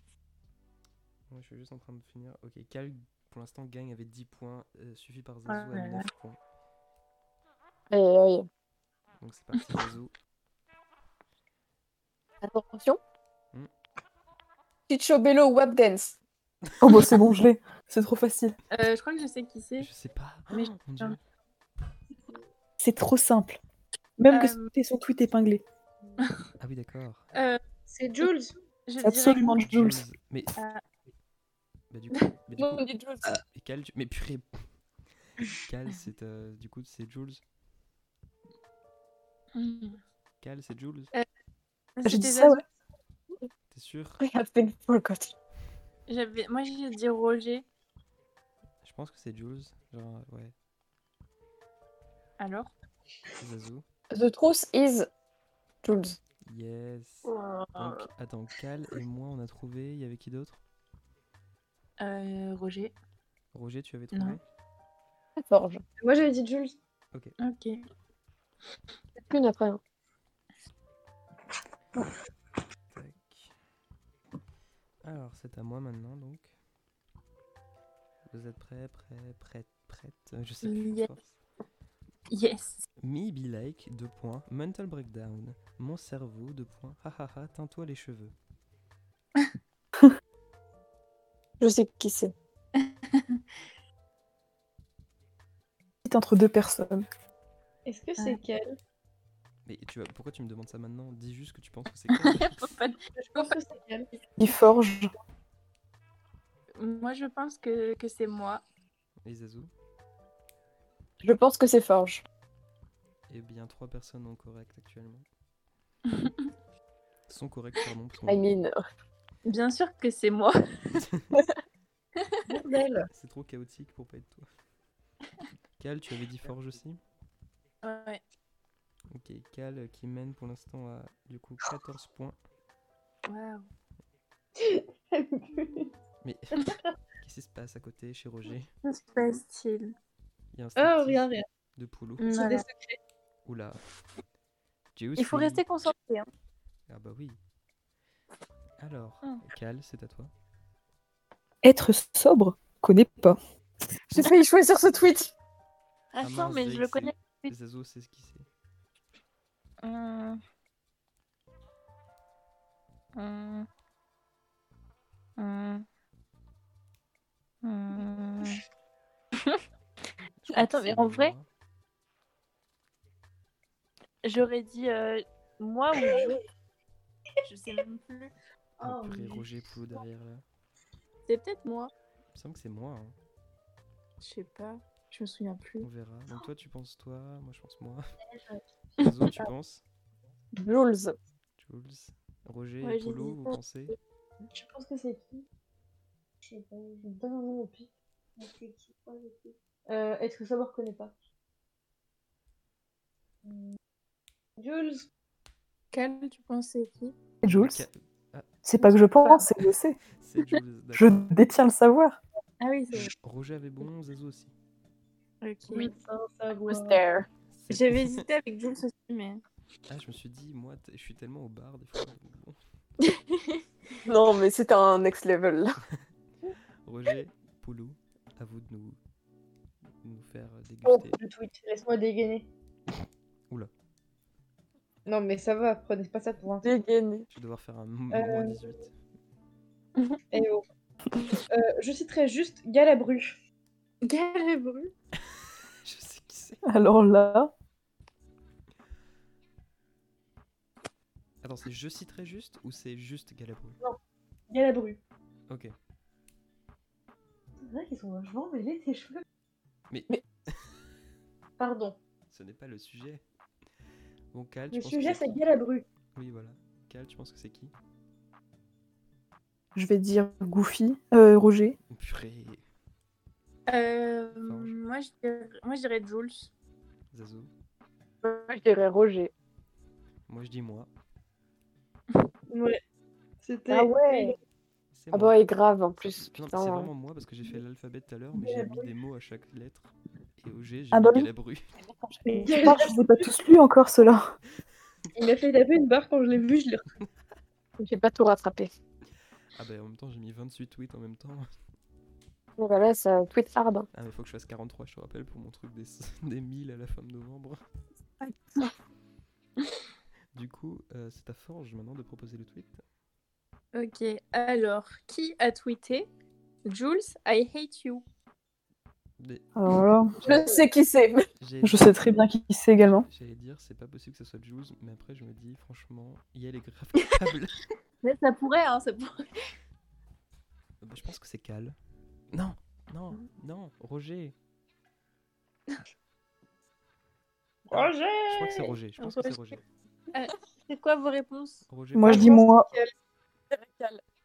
Ouais, je suis juste en train de finir. Ok, Cal, pour l'instant, gagne avec 10 points, euh, suivi par Zazu
Ah là
à
là.
9 points.
Aïe, aïe, aïe.
Donc c'est parti, Zazu.
Attention.
Hmm.
Chichobello Wap Dance.
Oh, bah, c'est bon, je l'ai. C'est trop facile.
Euh, je crois que je sais qui c'est.
Je sais pas.
Mais
Oh, mon Dieu.
C'est trop simple. Même que
Euh,
c'était son tweet épinglé.
Ah oui, d'accord.
C'est Jules.
Je
Absolument, Jules.
Mais.
Ah.
Bah, du coup, mais du
Non,
coup-
on dit Jules.
Et Cal, tu- mais purée. Cal, c'est euh, du coup c'est Jules.
dirais- Hmm.
Cal, c'est Jules.
J'ai
C'était
dit ça,
Zazou.
ouais.
T'es sûr
I have been forgotten.
J'avais- Moi, j'ai dit Roger.
Je pense que c'est Jules. Genre ouais,
Alors
Zazu.
The truth is Jules.
Yes. Donc attends, Cal et moi on a trouvé. Il y avait qui d'autre
Euh, Roger.
Roger, tu avais trouvé
Non.
La forge.
Moi j'avais dit Jules.
Ok.
Plus après. hein.
Tac. Alors c'est à moi maintenant donc. Vous êtes prêts, prêts, prêtes, prêtes Euh, Je sais plus. à
Yes.
force.
Yes.
Me be like, deux points, mental breakdown, mon cerveau, deux points, ha ha ha, teins-toi les cheveux.
Je sais qui c'est.
Tweet entre deux personnes.
Est-ce que c'est Cal
Mais tu vas, pourquoi tu me demandes ça maintenant Dis juste que tu penses que c'est Cal.
Faut pas-
Je pense que c'est Cal.
Il forge.
Moi, je pense que, que c'est moi.
les Zazu.
Je pense que c'est forge.
Eh bien, trois personnes sont correctes actuellement. sont correctes, pardon. parce qu'on-
I mean.
Bien sûr que c'est moi.
Bordel.
C'est trop chaotique pour pas être toi. Cal, tu avais dit Forge aussi
Ouais.
Ok, Cal euh, qui mène pour l'instant à du coup 14 points.
Waouh.
Mais qu'est-ce qui se passe à côté chez Roger
Que se passe-t-il
Il y a un
Oh,
striptease
rien, rien.
de poulou.
C'est des
Voilà.
secrets.
Oula.
Mm. Il faut
Juicy.
rester concentré. hein.
Ah bah oui. Alors,
Hmm.
Cal, c'est à toi.
Être sobre Connais pas.
J'ai failli choisir ce tweet.
Ah
Attends,
mince,
mais
Drake,
je le
c'est-
connais.
Zazo, c'est ce qui c'est.
Hum. Hum. Hum. Hum.
Je crois que
Attends, mais
c'est
en vrai-
moi.
J'aurais dit euh, moi ou Joe. Je sais même plus.
Ah,
Oh,
purée,
mais-
Roger Poulou derrière là.
C'est peut-être moi.
Il me semble que c'est moi. hein.
Je sais pas. Je me souviens plus.
On verra. Donc toi, tu penses toi, moi, je pense moi. Zazo, tu penses
Jules.
Jules, Roger
Ouais,
et Poulou,
j'hésite.
vous pensez
Je pense que c'est qui Je sais pas, je me donne un nom au pire. Mais c'est qui Ouais, c'est qui Euh, Est-ce que ça me reconnaît pas Hmm. Jules
Cal, tu pensais qui
Jules,
Ca-
c'est pas que je pense, c'est que je sais.
C'est Jules,
Je
d'accord.
détiens le savoir.
Ah oui, c'est
Roger avait bon, Zazo aussi.
Ok.
Was there.
C'est-
J'avais hésité avec Jules aussi, mais.
Ah, je me suis dit, moi, t- je suis tellement au bar des fois. Bon.
Non, mais c'est un next level. là.
Roger, Poulou, à vous de nous, de nous faire
Oh,
déguster.
le tweet, laisse-moi dégainer.
Oula.
Non, mais ça va, prenez pas ça pour un tweet.
Dégainé.
Je vais devoir
Euh,
faire un m- moins 18.
Eh oh. Euh, je citerai juste Galabru.
Galabru
je sais qui c'est.
Alors là,
Attends, c'est je citerai juste ou c'est juste Galabru
Galabru.
Ok.
C'est vrai qu'ils sont vachement mêlés tes cheveux.
Mais-
Pardon.
Ce n'est pas le sujet. Bon, Cal, tu
Le
penses que
sujet,
c'est
c'est
qui
Galabru.
Oui, voilà. Cal, tu penses que c'est qui Oh,
je vais dire Goofy, euh, Roger.
Purée.
Euh,
Farouche.
moi, je dirais, moi, je dirais Jules.
Zazo.
Moi, je dirais Roger.
Moi je dis moi.
Ouais. C'était.
Ah ouais
C'est
Ah
moi.
bah, et grave en plus.
Non,
Putain.
c'est vraiment moi parce que j'ai fait l'alphabet tout à l'heure, mais j'ai mis des mots à chaque lettre. Et au G, j'ai
Ah
mis
bah oui.
Galabru.
Je pense que Ah, je ne pas tous lu encore, cela.
Il m'a fait taper une barre quand je l'ai vu, je l'ai
J'ai pas tout rattrapé.
Ah bah en même temps, j'ai mis 28 tweets en même temps.
Mais voilà, ça tweet hard. hein.
Ah mais faut que je fasse 43, je te rappelle, pour mon truc des, des 1000 à la fin de novembre.
Ouais.
Du coup, euh, c'est à Forge maintenant de proposer le tweet.
Ok, alors, qui a tweeté Jules, I hate you.
Des-
Alors là,
Je sais qui c'est.
j'ai-
je sais très bien qui c'est également.
J'allais dire, c'est pas possible que ça soit Jules, mais après je me dis, franchement, Yel est grave capable.
Mais ça pourrait, hein, ça pourrait.
Bah, je pense que c'est Cal. Non, non, non, Roger.
Roger
Je crois que c'est Roger, je pense que c'est Roger.
C'est quoi vos réponses
Roger
Moi, je dis moi.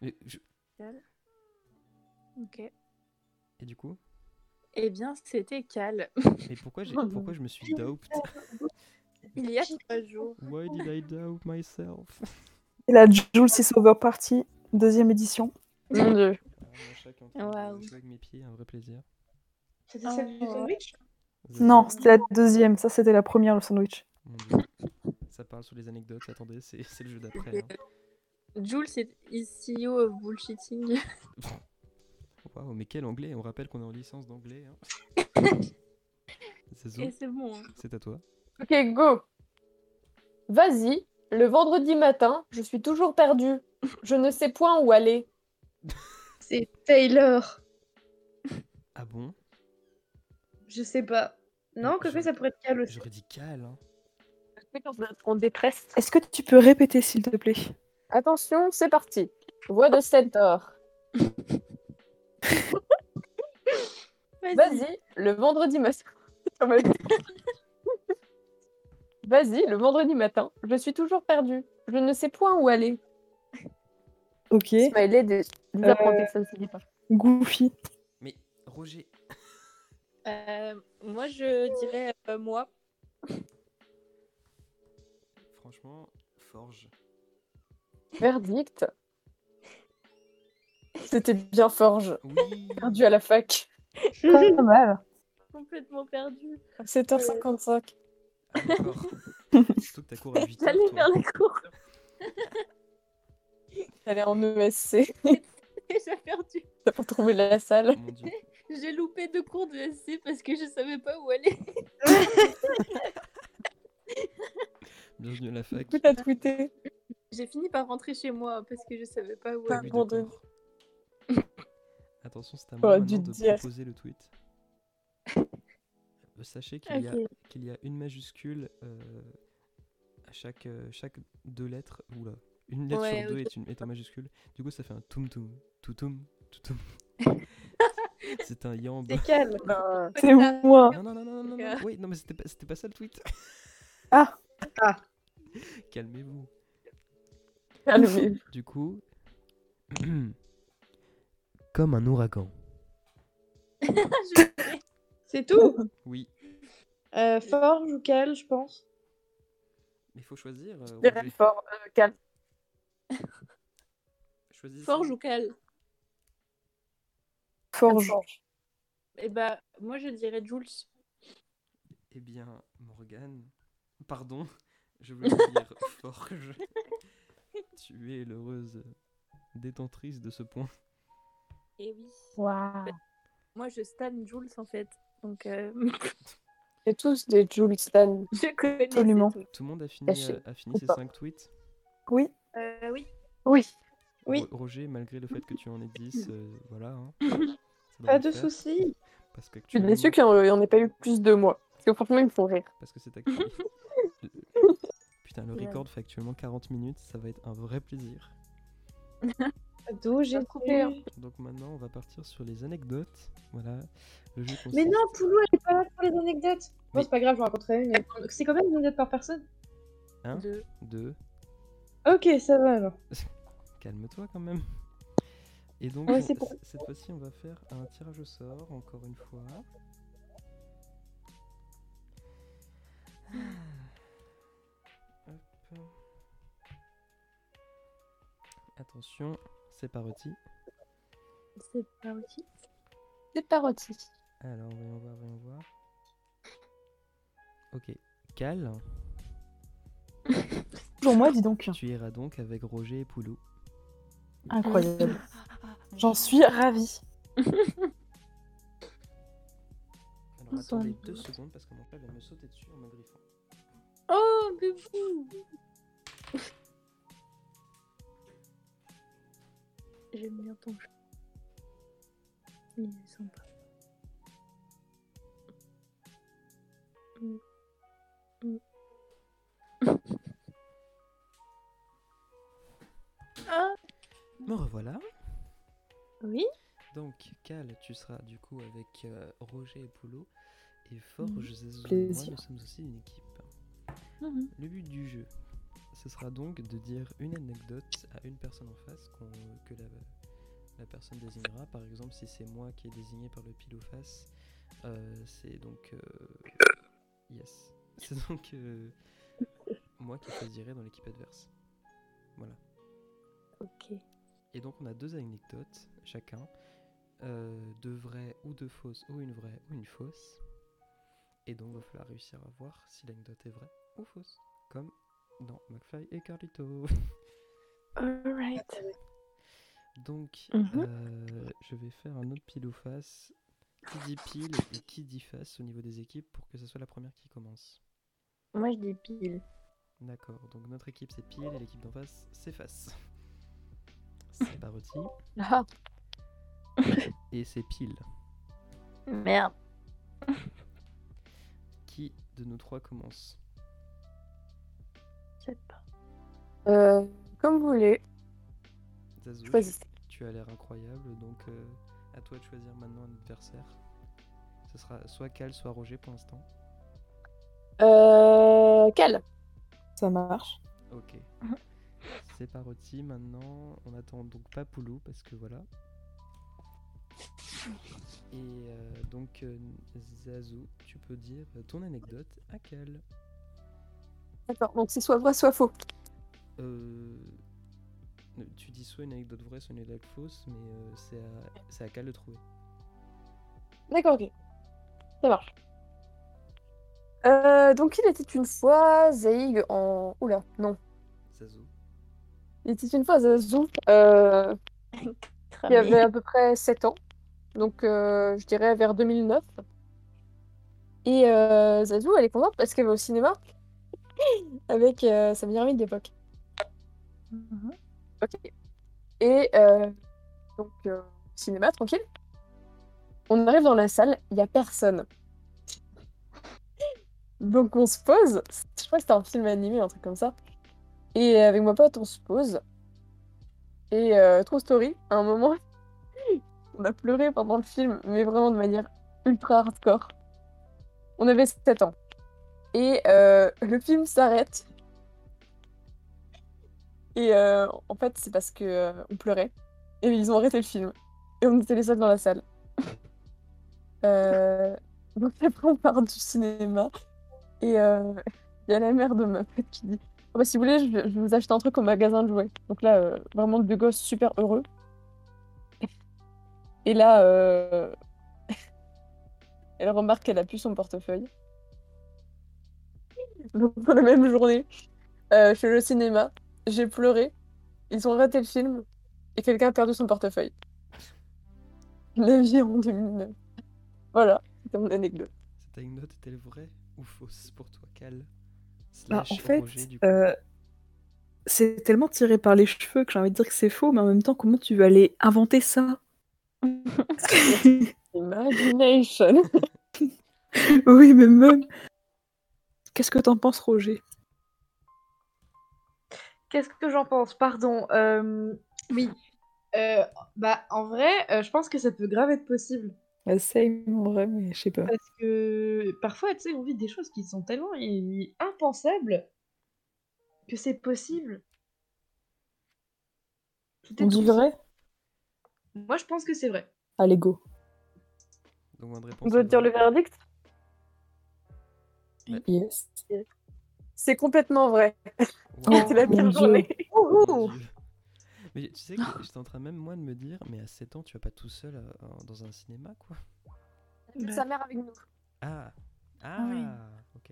Mais je-
Ok.
Et du coup
Eh bien, c'était Cal.
Mais pourquoi,
Oh
j'ai... pourquoi je me suis doped
Il y a trois jours.
Why did I doubt myself
Et la Jules is Over Party, deuxième édition.
Mon dieu.
Ah, moi, chaque en train de
Waouh.
jouer avec mes pieds, un vrai plaisir.
C'était celle du
Oh.
sandwich
Zaza,
Non, c'était la deuxième. Ça, c'était la première, le sandwich.
mon Dieu. Ça parle sur les anecdotes, attendez, c'est, c'est le jeu d'après. hein.
Jules est is CEO of bullshitting.
Waouh, mais quel anglais On rappelle qu'on est en licence d'anglais. Hein. Zazo,
Et c'est bon. hein.
c'est à toi.
Ok, go. Vas-y, le vendredi matin, je suis toujours perdue. Je ne sais point où aller.
C'est Taylor.
Ah bon
Je sais pas. Non, que fait ça pourrait être Cal aussi.
J'aurais dit Cal. Hein.
On détresse.
Est-ce que tu peux répéter, s'il te plaît
Attention, c'est parti. Voix de centaure. Vas-y, le vendredi matin. Vas-y, le vendredi matin, je suis toujours perdue. Je ne sais point où aller.
Ok.
Smiley des, des
Euh,
apprentis, ça ne se dit pas.
Goofy.
Mais Roger,
Euh, moi, je dirais euh, moi.
franchement, Forge.
Verdict. C'était bien forge.
Oui
Perdu à la fac.
Pas mal.
Complètement perdue.
À 7h55.
Ah, d'accord. Surtout que t'as cours à 8 heures,
J'allais
toi.
faire les cours.
Elle est en E ESC.
et J'ai perdu.
T'as pas trouvé la salle.
Mon Dieu.
J'ai loupé deux cours de SC parce que je savais pas où aller.
Bienvenue à la fac.
Tout a tweeté.
J'ai fini par rentrer chez moi parce que je savais pas où
T'as
aller.
eu deux
abandonné.
cours. Attention, c'est à moi
T'aurais
maintenant
dû
de
dire.
proposer le tweet. Euh, Sachez qu'il y a
Ok.
qu'il y a une majuscule euh, à chaque, euh, chaque deux lettres. Oula, une lettre
Ouais,
sur deux
ok.
est, une, est en majuscule. Du coup, ça fait un tum tum, tout tum, tout tum. c'est un yamb.
C'est Cal.
Non.
C'est moi.
Non, non, non, non, non, non, non.
Ok.
Oui, non, mais c'était pas, c'était pas ça le tweet.
Ah.
Ah.
Calmez-vous.
Calmez.
Du coup. Comme un ouragan.
Je-
C'est tout
Oui,
euh, Forge ou Cal, je pense.
mais faut choisir. euh,
Je dirais
Roger.
fort. euh, calme.
Choisissez.
Forge ou Cal
Forge.
Eh bah, moi je dirais Jules.
Eh bien, Morgane, pardon, je voulais dire Forge, tu es l'heureuse détentrice de ce point.
Et Eh oui.
Waouh.
Moi je stan Jules en fait. Donc euh,
C'est tous des Jules Stan.
je connais.
Absolument.
c'est tout.
Tout le monde a fini,
Sachez-
euh, a fini ses
Opa.
5 tweets
Oui.
Euh, oui.
Oui.
Oui.
Ro- Roger, malgré le fait que tu en aies 10, euh, voilà. hein, ça
Pas
devrait
de
le faire,
soucis.
Parce que,
Je suis
actuellement-
déçue qu'il n'y en ait pas eu plus de moi. Parce que franchement, ils me font rire.
parce que c'est actu- Putain, le
Ouais.
record fait actuellement 40 minutes, ça va être un vrai plaisir.
D'où j'ai coupé.
Donc maintenant, on va partir sur les anecdotes. Voilà, le jeu
Mais
consiste-
non, Poulou, elle est pas là pour les anecdotes. Bon,
Mais-
c'est pas grave, je raconterai une. C'est combien d'anecdotes par personne
Hein
Deux.
de...
Ok, ça va alors.
Calme-toi quand même. Et donc,
Ouais,
on-
c'est pour-
c- cette fois-ci, on va faire un tirage au sort, encore une fois. Ah. Hop. Attention, c'est parti.
C'est pas aussi.
C'est parti.
Alors, voyons voir, voyons voir. Ok, Cal,
Toujours moi, dis donc.
tu iras donc avec Roger et Poulou.
Incroyable. J'en suis ravie.
Alors,
Bonsoir,
attendez
Nicolas.
deux secondes parce que mon chat va me sauter dessus en me griffant.
Oh, bébou J'aime bien ton chat. Il est sympa. Mm. Mm. ah,
Me revoilà.
oui
Donc, Cal, tu seras du coup avec euh, Roger et Polo. Et Forge,
Mhm.
Zazou et moi,
Plaisir.
nous sommes aussi une équipe. Le but du jeu, ce sera donc de dire une anecdote à une personne en face qu'on- que la, la personne désignera. Par exemple, si c'est moi qui est désigné par le pile ou face, euh, c'est donc. euh, yes. C'est donc euh, moi qui choisirai dans l'équipe adverse.
Ok.
Et donc on a deux anecdotes chacun, euh, deux vraies ou deux fausses, ou une vraie ou une fausse. Et donc il va falloir réussir à voir si l'anecdote est vraie ou fausse, comme dans McFly et Carlito.
Alright.
donc
Mhm.
euh, je vais faire un autre pile ou face. Qui dit pile et qui dit face au niveau des équipes pour que ce soit la première qui commence.
Moi, je dis pile.
D'accord, donc notre équipe c'est pile et l'équipe d'en face c'est face. C'est parti.
Ah,
Et c'est pile.
Merde.
Qui de nous trois commence
Je sais pas.
euh, comme vous voulez,
Zazou, tu-
choisissez.
Tu as l'air incroyable, donc euh, à toi de choisir maintenant un adversaire. Ce sera soit Cal, soit Roger pour l'instant.
Euh, Cal.
Ça marche.
Ok. C'est parti, maintenant on attend donc pas Poulou parce que voilà. Et euh, donc euh, Zazou, tu peux dire ton anecdote à Cal.
D'accord, donc c'est soit vrai, soit faux.
Euh, tu dis soit une anecdote vraie, soit une anecdote fausse, mais euh, c'est à, c'est à Cal de trouver.
D'accord, ok. Ça marche. Euh, donc il était une fois Zaïg en... Oula, non.
Zazou.
Il était une fois Zazou. Euh, il avait à peu près 7 ans. Donc euh, je dirais vers 2009. Et euh, Zazou, elle est contente parce qu'elle va au cinéma avec euh, sa meilleure amie d'époque.
Mhm.
Ok. Et euh, donc, euh, cinéma, tranquille. On arrive dans la salle, il n'y a personne. Donc, on se pose. Je crois que c'était un film animé, un truc comme ça. Et avec ma pote, on se pose. Et euh, True Story, à un moment, on a pleuré pendant le film, mais vraiment de manière ultra hardcore. On avait 7 ans. Et euh, le film s'arrête. Et euh, en fait, c'est parce que euh, on pleurait. Et ils ont arrêté le film. Et on était les seuls dans la salle. Euh, donc après, on part du cinéma. Et euh, il y a la mère de ma pote qui dit Ah bah, Si vous voulez, je, vais- je vais vous achète un truc au magasin de jouets. Donc là, euh, vraiment deux gosses super heureux. Et là, euh, elle remarque qu'elle a plus son portefeuille. Donc dans la même journée, euh, je suis allée au cinéma j'ai pleuré, ils ont raté le film et quelqu'un a perdu son portefeuille. La vie en 2009. Voilà, c'était mon anecdote.
Cette anecdote est-elle vraie ou fausse pour toi, Cal
Bah, en
Slash
fait,
Roger, du coup.
euh, c'est tellement tiré par les cheveux que j'ai envie de dire que c'est faux, mais en même temps, comment tu veux aller inventer ça
Imagination.
Oui, mais même. Qu'est-ce que t'en penses, Roger
Qu'est-ce que j'en pense Pardon. euh, oui. Euh, bah, en vrai, euh, je pense que ça peut grave être possible.
Same, en vrai, mais je sais pas.
Parce que parfois, tu sais, on vit des choses qui sont tellement i- impensables que c'est possible. Tout est
On dit
possible.
vrai
Moi, je pense que c'est vrai.
Allez, go.
Donc, bonne réponse.
On doit
à
dire le
Valentin.
verdict
Ouais.
Yes. C'est complètement vrai.
Wow.
C'était la pire
Oh, Mon
journée.
Oh, Mon
Ouhou.
Dieu. Mais tu sais que j'étais en train même moi de me dire, mais à 7 ans, tu vas pas tout seul à- en- dans un cinéma, quoi.
Sa mère avec nous.
Ah Ah
Ah oui.
Ok,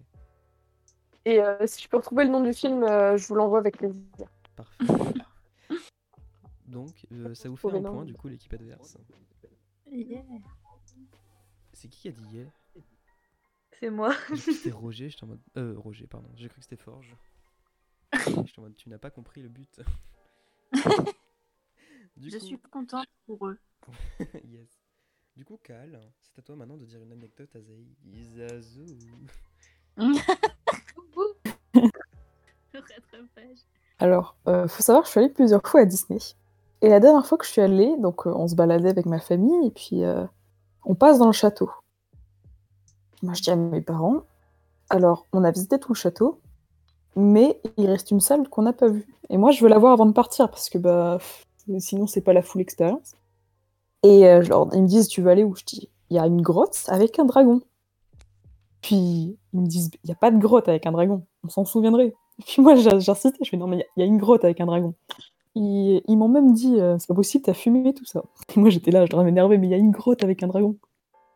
Et euh, si je peux retrouver le nom du film, euh, je vous l'envoie avec plaisir.
parfait. Donc, euh, ça vous fait
Pour
un
Vénan.
point, du coup, l'équipe adverse.
Yeah.
C'est qui qui a dit yeah
C'est moi.
J'ai cru que C'était Roger, j'étais en mode. Euh, Roger, pardon. J'ai cru que c'était Forge. J'étais en mode, tu n'as pas compris le but. Du
Je
coup-
suis contente pour eux.
yes. Du coup, Cal, c'est à toi maintenant de dire une anecdote à Zaï. Zazou.
Le rattrapage.
Alors, euh, faut savoir que je suis allée plusieurs fois à Disney. Et la dernière fois que je suis allée, donc euh, on se baladait avec ma famille et puis euh, on passe dans le château. Moi, je dis à mes parents, alors on a visité tout le château, mais il reste une salle qu'on n'a pas vue. Et moi, je veux la voir avant de partir parce que bah pff, sinon c'est pas la full expérience. Et euh, je leur- ils me disent, tu veux aller où Je dis, il y a une grotte avec un dragon. Puis ils me disent, il n'y a pas de grotte avec un dragon, on s'en souviendrait. Puis moi, j'a- j'insistais, je fais non, mais il y, a une grotte avec un dragon. Ils, ils m'ont même dit, euh, c'est pas possible, t'as fumé tout ça. Et moi, j'étais là, je devrais m'énerver, mais il y a une grotte avec un dragon.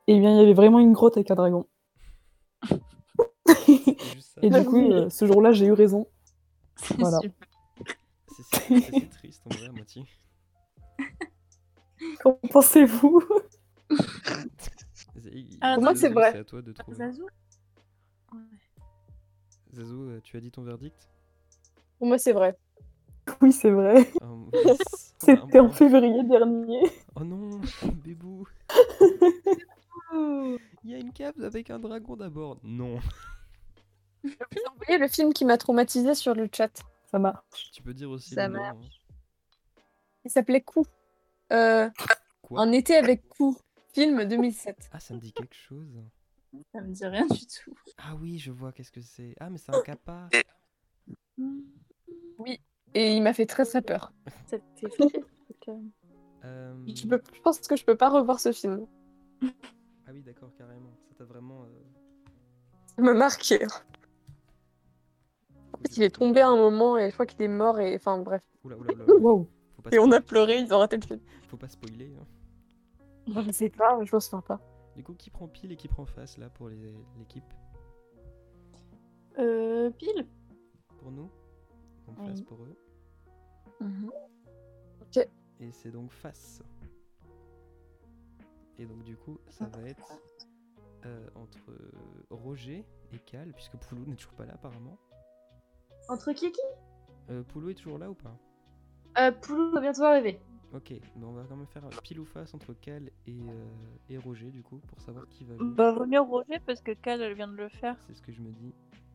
Et bien, il y avait vraiment une grotte avec un dragon.
C'est juste ça.
Et du coup, euh, ce jour-là, j'ai eu raison.
C'est
Voilà.
super.
C'est- C'est c'est- c'est triste, on dirait à moitié.
Qu'en pensez-vous
Zaï,
Ah,
Zazou,
moi, c'est vrai. Ah,
C'est à toi de trouver.
Zazou Ouais.
Zazou, euh, tu as dit ton verdict
Pour moi, c'est vrai.
Oui, c'est vrai.
Oh, yes. On a un
C'était en
point.
février dernier.
Oh non, bébou. Il y a une cave avec un dragon d'abord. Non.
Vous envoyez le film qui m'a traumatisé sur le chat.
Ça marche.
Tu peux dire aussi.
Ça
le nom, hein.
Il s'appelait Coup. Euh,
Quoi
un été avec Coup. Film 2007.
Ah, ça me dit quelque chose.
Ça me dit rien du tout.
Ah oui, je vois, qu'est-ce que c'est Ah, mais c'est un kappa.
Et il m'a fait très très peur.
Ça fait flipper, donc, euh,
Euh,
Je, peux- je pense que je peux pas revoir ce film.
Ah oui, d'accord, carrément. Ça t'a vraiment. euh,
Ça m'a marqué.
coupé
Parce
du
qu'il est
coup.
tombé à un moment et je crois qu'il est mort et enfin bref.
Oula, oula, oula. oula.
Waouh.
Faut pas
Et on
spoiler.
a pleuré, ils ont raté le film.
Faut pas spoiler. hein.
Je sais pas, je pense pas.
Du coup, qui prend pile et qui prend face là pour les- l'équipe
Euh, pile
Pour nous Donc
Oui.
face pour eux. Et c'est donc face. Et donc, du coup, ça va être euh, entre euh, Roger et Cal, puisque Poulou n'est toujours pas là apparemment.
Entre qui et qui
Euh, Poulou est toujours là ou pas
euh, Poulou va bientôt arriver.
Ok, mais on va quand même faire pile ou face entre Cal et, euh, et Roger du coup pour savoir qui va jouer.
Bah, vaut mieux Roger parce que Cal, elle vient de le faire.
C'est ce que je me dis.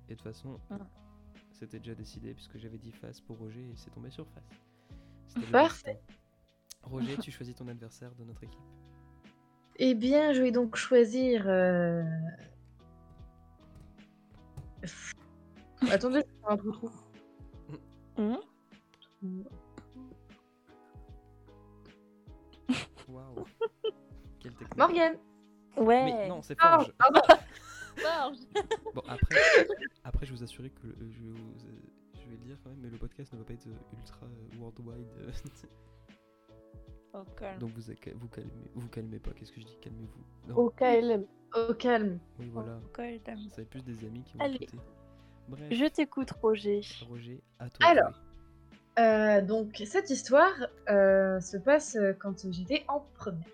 Et de toute façon,
Ah.
c'était déjà décidé puisque j'avais dit face pour Roger et c'est tombé sur face. C'était le
Parfait.
destin. Roger, tu choisis ton adversaire de notre équipe.
Eh bien, je vais donc choisir. euh, Attendez, je vais faire un peu trop.
Waouh. Quelle technique.
Morgane
Ouais.
Mais non, c'est Forge.
Ah,
Bon, après, après je vous assure que le- je, vais vous- euh, je vais le dire quand même, mais le podcast ne va pas être euh, ultra euh, worldwide. euh,
Oh, calme.
Donc vous vous calmez, vous calmez pas. Qu'est-ce que je dis Calmez-vous. Non,
Oh.
Au KLM.
Au calme.
Oui, voilà.
Calme.
Ça va être plus des amis qui vont
Allez.
écouter. Bref,
Je t'écoute, Roger.
Roger, à toi. de
Alors.
jouer.
Euh, donc cette histoire euh, se passe euh, quand j'étais en première.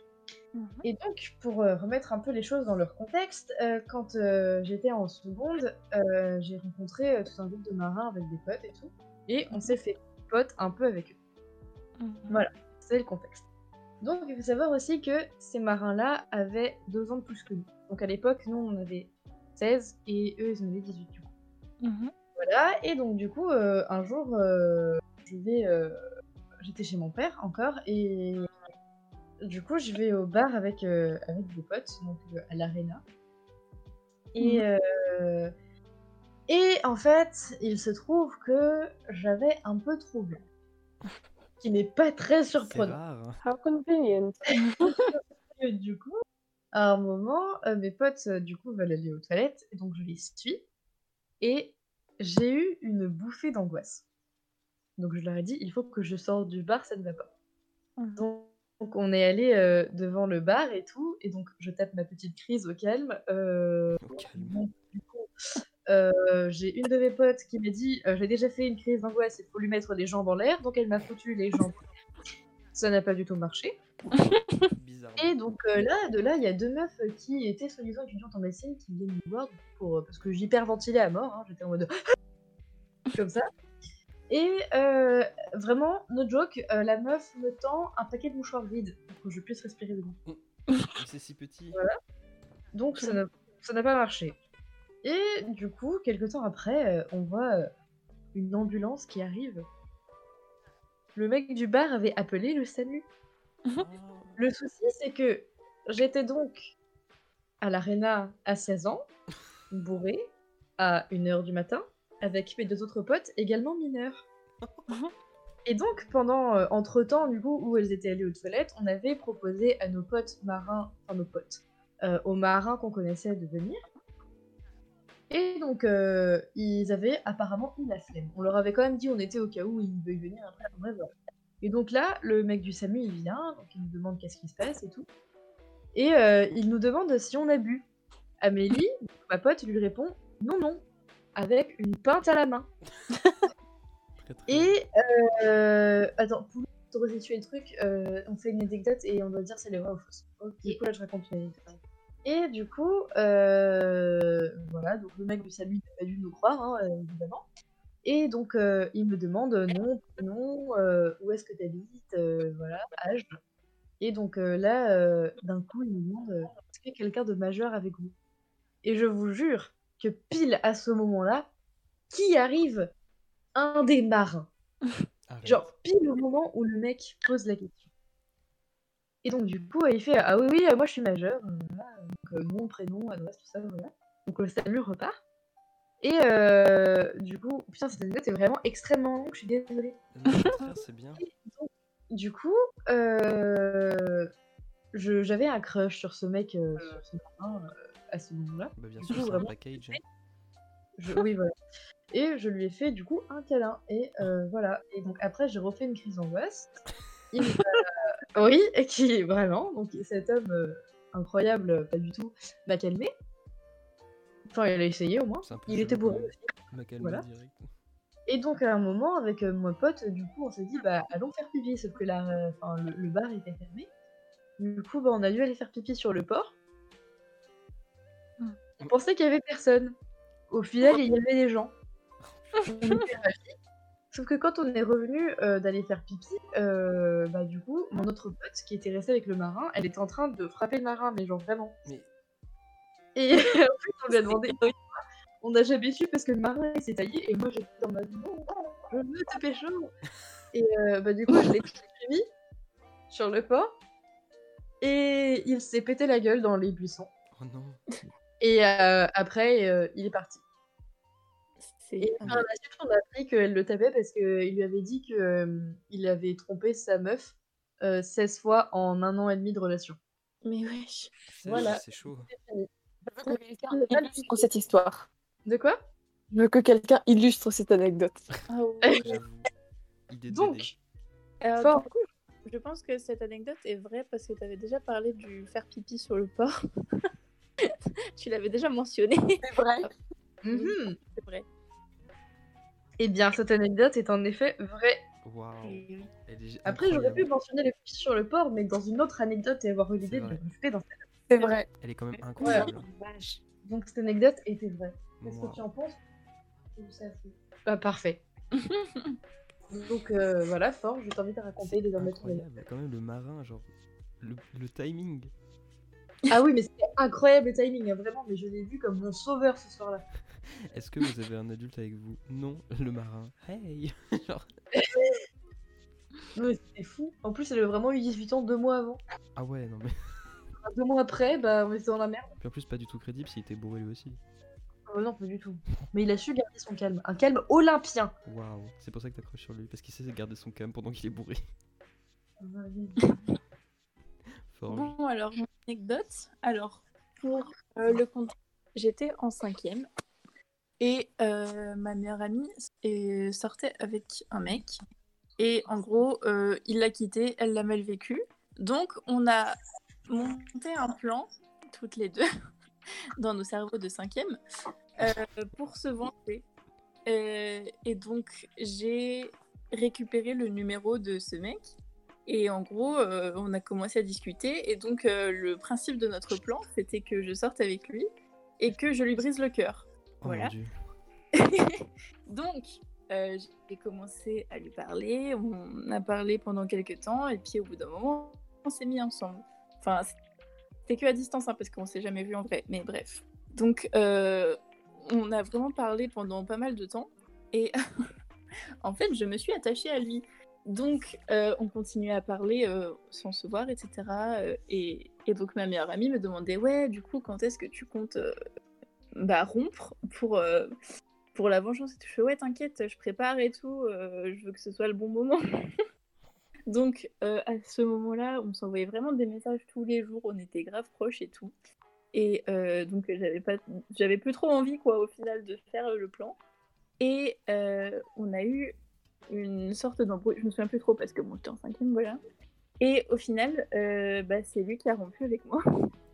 Mhm.
Et donc pour euh, remettre un peu les choses dans leur contexte, euh, quand euh, j'étais en seconde, euh, j'ai rencontré euh, tout un groupe de marins avec des potes et tout, et on s'est fait potes un peu avec eux.
Mhm. Bah,
C'est le contexte. Donc, il faut savoir aussi que ces marins-là avaient deux ans de plus que nous. Donc, à l'époque, nous, on avait 16 et eux, ils en avaient 18 du coup.
Mhm.
Voilà, et donc, du coup, euh, un jour, euh, je vais. euh, J'étais chez mon père encore et. Du coup, je vais au bar avec, euh, avec des potes, donc euh, à l'Arena. Et. euh, et en fait, il se trouve que j'avais un peu trop bu. qui n'est pas très
C'est
surprenant.
rare. hein.
How convenient.
Et du coup, à un moment, euh, mes potes, euh, du coup, veulent aller aux toilettes, donc je les suis. Et j'ai eu une bouffée d'angoisse. Donc je leur ai dit, il faut que je sorte du bar, ça ne va pas.
Mhm.
Donc, donc on est allé euh, devant le bar et tout, et donc je tape ma petite crise au calme. euh,
Au calme.
bon, du coup, euh, j'ai une de mes potes qui m'a dit euh, j'ai déjà fait une crise d'angoisse, il faut lui mettre les jambes en l'air, donc elle m'a foutu les jambes. Ça n'a pas du tout marché.
Bizarrement.
hein.
Et donc euh, là, de là, il y a deux meufs euh, qui étaient soi-disant étudiantes en médecine qui viennent me voir pour, euh, parce que j'hyperventilais à mort. hein, J'étais en mode comme ça. Et euh, vraiment, no joke, euh, la meuf me tend un paquet de mouchoirs vides pour que je puisse respirer dedans.
C'est si petit.
Donc ça n'a- ça n'a pas marché. Et du coup, quelques temps après, euh, on voit euh, une ambulance qui arrive. Le mec du bar avait appelé le SAMU. Le souci, c'est que j'étais donc à l'Arena à 16 ans, bourrée, à 1h du matin, avec mes deux autres potes, également mineurs. Et donc, pendant, euh, entre-temps, du coup, où elles étaient allées aux toilettes, on avait proposé à nos potes marins, enfin nos potes, euh, aux marins qu'on connaissait de venir. Et donc, euh, ils avaient apparemment eu la flemme. On leur avait quand même dit on était au cas où ils veulent venir après. Bref, voilà. Et donc là, le mec du SAMU, il vient, donc il nous demande qu'est-ce qui se passe et tout. Et euh, il nous demande si on a bu. Amélie, ma pote, lui répond non, non, avec une pinte à la main.
Très, très bien.
Et euh, attends, pour te resituer le truc, euh, on fait une anecdote et on doit dire si elle est vraie ou fausse. Du coup, là, je raconte une anecdote. Et du coup, euh, voilà, donc le mec du SAMU n'a pas dû nous croire, hein, euh, évidemment. Et donc, euh, il me demande nom, prénom, euh, où est-ce que tu habites, voilà, âge. Et donc euh, là, euh, d'un coup, il me demande euh, est-ce qu'il y a quelqu'un de majeur avec vous Et je vous jure que pile à ce moment-là, qui arrive Un des marins.
Arrête.
Genre, pile au moment où le mec pose la question. Et donc, du coup, il fait Ah oui, oui, euh, moi je suis majeur. euh, voilà, donc, euh, nom, prénom, adresse, tout ça, voilà. Donc, le salut repart. Et euh, du coup, putain, cette anecdote est vraiment extrêmement longue, je suis désolée.
Non, au contraire, c'est bien.
Du coup, euh, je- j'avais un crush sur ce mec, euh, sur ce marin, euh, à ce moment-là.
Bah, bien
Du
sûr,
coup,
c'est un
vraiment,
package. hein.
Je- oui, voilà. Et je lui ai fait du coup un câlin. Et euh, voilà. Et donc après, j'ai refait une crise d'angoisse. Il m'a- oui, et qui vraiment. Donc cet homme euh, incroyable, euh, pas du tout, m'a calmé. Enfin, il a essayé au moins.
C'est un euh, peu
Il
chelou,
était bourré
quand même.
aussi.
Ma calme
Voilà.
direct.
Et donc à un moment, avec euh, mon pote, du coup, on s'est dit, bah allons faire pipi, sauf que la, euh, enfin, le, le bar était fermé. Du coup, bah, on a dû aller faire pipi sur le port. On pensait qu'il y avait personne. Au final, il y avait des gens. On était ravis. Sauf que quand on est revenu euh, d'aller faire pipi, euh, bah du coup, mon autre pote qui était restée avec le marin, elle était en train de frapper le marin, mais genre vraiment.
Mais-
Et en fait, on lui a demandé on n'a jamais su parce que le marin il s'est taillé et moi j'étais dans ma Oh, non, je veux te pécho et euh, bah du coup je l'ai suivi sur le port et il s'est pété la gueule dans les buissons
Oh non.
et euh, après euh, il est parti et
C'est
par la suite on a appris qu'elle le tapait parce qu'il lui avait dit que euh, il avait trompé sa meuf euh, 16 fois en un an et demi de relation
Mais wesh.
C'est
Voilà.
c'est chaud.
Je veux que
Ah
quelqu'un illustre cette histoire.
de quoi
Je veux que quelqu'un illustre cette anecdote.
Ah ouais.
J'avoue. Idée de
donc
BD.
Alors,
Fort.
Euh, du coup, je pense que cette anecdote est vraie parce que tu avais déjà parlé du faire pipi sur le port. tu l'avais déjà mentionné.
C'est vrai.
mhm.
C'est vrai.
Eh bien cette anecdote est en effet vraie
Oh.
Waouh. Elle est
Après, j'aurais pu
incroyable.
mentionner les fichiers sur le port, mais dans une autre anecdote et avoir eu
C'est
l'idée de le
vrai.
rajouter dans cette.
C'est vrai.
Elle est quand même incroyable.
Donc, cette anecdote était vraie. Qu'est-ce
Waouh.
que tu en penses Bah, parfait. Donc, euh, voilà, Fort, je t'invite à raconter
C'est
désormais ton
incroyable. Quand même, le marin, genre. Le, le timing.
anecdote. Ah oui, mais c'était incroyable le timing, hein, vraiment, mais je l'ai vu comme mon sauveur ce soir-là.
Est-ce que vous avez un adulte avec vous Non, le marin. Hey Genre.
Non, mais C'était fou. En plus, elle avait vraiment eu 18 ans deux mois avant.
Ah ouais, non mais.
Enfin, deux mois après, bah, on était dans la merde.
Puis en plus, pas du tout crédible s'il était bourré lui aussi.
Oh non, pas du tout. Mais il a su garder son calme. Un calme olympien.
Waouh, c'est pour ça que t'accroches sur lui, parce qu'il sait garder son calme pendant qu'il est bourré. Forge.
Bon, alors, mon anecdote. Alors, pour euh, le compte, j'étais en cinquième et euh, ma meilleure amie euh, sortait avec un mec. Et en gros, euh, il l'a quittée, elle l'a mal vécu. Donc, on a monté un plan, toutes les deux, dans nos cerveaux de cinquième, euh, pour se venger. Euh, et donc, j'ai récupéré le numéro de ce mec. Et en gros, euh, on a commencé à discuter. Et donc, euh, le principe de notre plan, c'était que je sorte avec lui et que je lui brise le cœur.
Oh
voilà.
mon dieu.
Donc, euh, j'ai commencé à lui parler, on a parlé pendant quelques temps, et puis au bout d'un moment, on s'est mis ensemble. Enfin, c'était que à distance, hein, parce qu'on s'est jamais vu en vrai, mais bref. Donc, euh, on a vraiment parlé pendant pas mal de temps, et en fait, je me suis attachée à lui. Donc, euh, on continuait à parler euh, sans se voir, etc. euh, et, et donc, ma meilleure amie me demandait, ouais, du coup, quand est-ce que tu comptes euh, bah, rompre pour, euh, pour la vengeance et tout. Je fais, ouais, t'inquiète, je prépare et tout, euh, je veux que ce soit le bon moment. Donc, euh, à ce moment-là, on s'envoyait vraiment des messages tous les jours, on était grave proches et tout. Et euh, donc, euh, j'avais, pas, j'avais plus trop envie, quoi, au final, de faire le plan. Et euh, on a eu une sorte d'embrouille, je me souviens plus trop parce que bon, j'étais en cinquième, voilà. Et au final, euh, bah, c'est lui qui a rompu avec moi.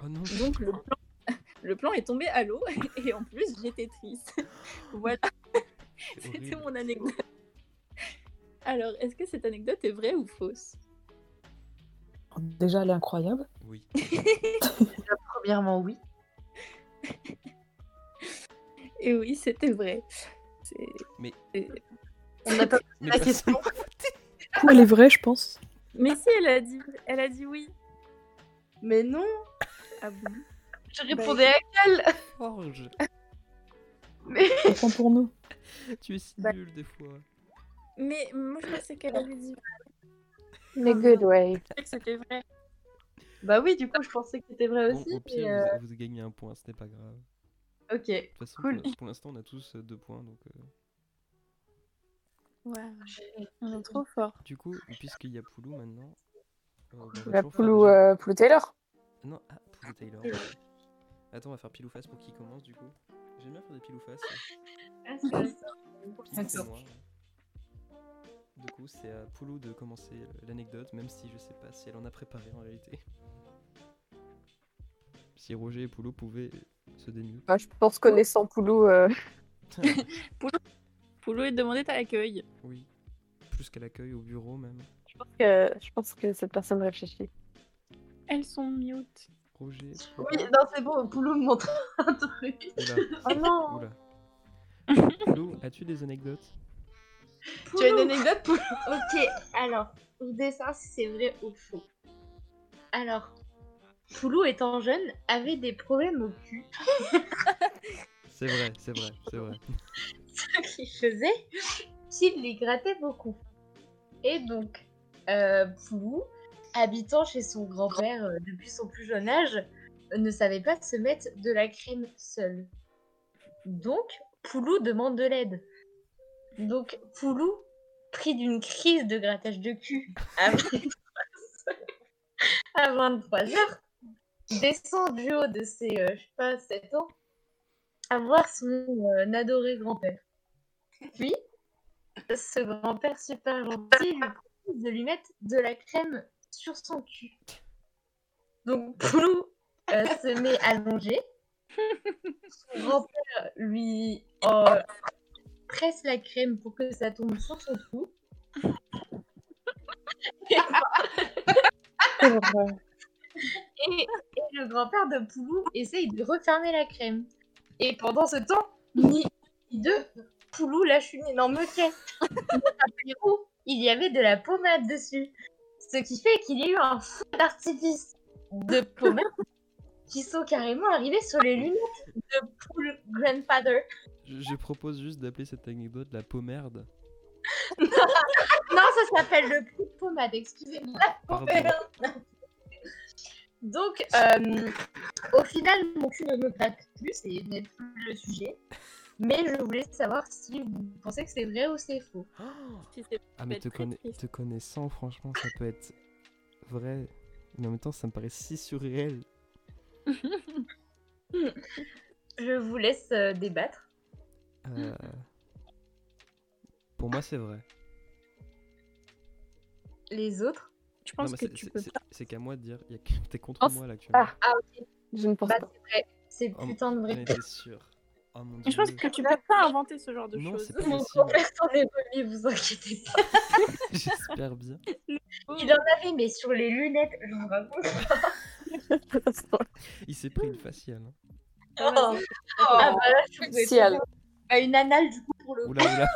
Oh non.
Donc le plan, le plan est tombé à l'eau et en plus j'étais triste. voilà,
c'est
c'était
horrible.
mon anecdote. Alors, est-ce que cette anecdote est vraie ou fausse
Déjà, elle est incroyable.
Oui.
Premièrement, oui.
Et Eh oui, c'était vrai. C'est-
Mais-
c'est-
On n'a pas
Mais
la
personne-
question.
Du coup, elle est vraie, je pense.
Mais si, elle a dit, elle a dit oui.
Mais non,
Ah bon
je répondais à
Forge.
On prend pour nous.
Tu es si
Bah-
nul des fois.
Mais moi je pensais qu'elle avait dit oui, Ah.
The good way.
que c'était vrai.
Bah oui, du coup, je pensais que c'était vrai
Bon,
aussi.
au
mais,
pire,
euh,
vous, vous gagnez un point, ce n'est pas grave. De
Ok,
toute façon,
Cool.
pour, pour l'instant, on a tous euh, deux points. Donc, euh.
Waouh, on est trop fort.
Du coup, puisqu'il y a Poulou maintenant. euh, bah, on va
La
toujours faire
Poulou,
déjà-
euh, Poulou Taylor.
Non, ah, Poulou Taylor. ouais. Attends, on va faire pile ou face pour qui commence du coup. J'aime bien faire des pile ou face. euh,
Ah, c'est vrai, ça.
pour moi. euh, Du coup, c'est à Poulou de commencer euh, l'anecdote, même si je sais pas si elle en a préparé en réalité. Si Roger et Poulou pouvaient se dénuer.
Bah, je pense connaissant Poulou, euh,
Poulou est demandé à l'accueil.
Oui. Plus qu'à l'accueil au bureau même.
je, pense que, je pense que cette personne réfléchit.
Elles sont mute.
Roger. Poulou.
Oui, non, c'est bon, Poulou me montre un truc.
Oula.
Oh non
Oula. Poulou, as-tu des anecdotes
Tu as une anecdote, Poulou
Ok, alors, je voulais savoir si c'est vrai ou faux. Alors, Poulou étant jeune avait des problèmes au cul,
C'est vrai, c'est vrai, c'est vrai.
ce qui faisait qu'il les grattait beaucoup. Et donc, euh, Poulou, habitant chez son grand-père euh, depuis son plus jeune âge, euh, ne savait pas se mettre de la crème seul. Donc, Poulou demande de l'aide. Donc, Poulou, pris d'une crise de grattage de cul à 23 à 23 heures, descend du haut de ses, euh, je sais pas, 7 ans, à voir son euh, adoré grand-père. Puis, ce grand-père super gentil lui propose de lui mettre de la crème sur son cul. Donc, Poulou euh, se met allongé. Son grand-père lui
Oh.
euh, presse la crème pour que ça tombe sur son cou.
Quelle horreur.
Et, et le grand-père de Poulou essaye de refermer la crème. Et pendant ce temps, ni ni deux, Poulou lâche une énorme caisse. Après coup, il y avait de la pommade dessus. Ce qui fait qu'il y a eu un fou d'artifice de pommade qui sont carrément arrivés sur les lunettes de Poulou Grandfather.
Je, je propose juste d'appeler cette anecdote la peau merde.
Non, ça s'appelle le prix de pommade, excusez-moi.
Pardon.
Donc, euh, au final, mon cul ne me gratte plus, c'est n'est plus le sujet. Mais je voulais savoir si vous pensez que c'est vrai ou c'est faux.
Si c'est-
Ah mais
peut
te,
être très
connais-
triste.
te connaissant, franchement, ça peut être vrai. Mais en même temps, ça me paraît si surréel.
Je vous laisse euh, débattre.
Euh, Pour moi, c'est vrai.
Les autres
Je
Non,
pense
mais
que
c'est-
tu
c'est-
peux
c'est-
pas.
c'est qu'à moi de dire. y a que- T'es contre
Oh,
moi là actuellement.
ah, Je ne pense
Bah,
pas.
C'est
Oh,
putain de
J'en
vrai.
étais sûr. Oh mon dieu.
Je pense que tu peux pas inventer ce genre de
Non,
choses.
c'est pas
Mon
possible.
grand-père s'en est remis, vous inquiétez pas.
J'espère bien.
Il en avait, mais sur les lunettes, je vous raconte.
Il s'est pris une faciale. hein.
Oh. Ah bah là, je
Si, elle-
pouvais pas. Une anale, du coup, pour le
Oula, oula.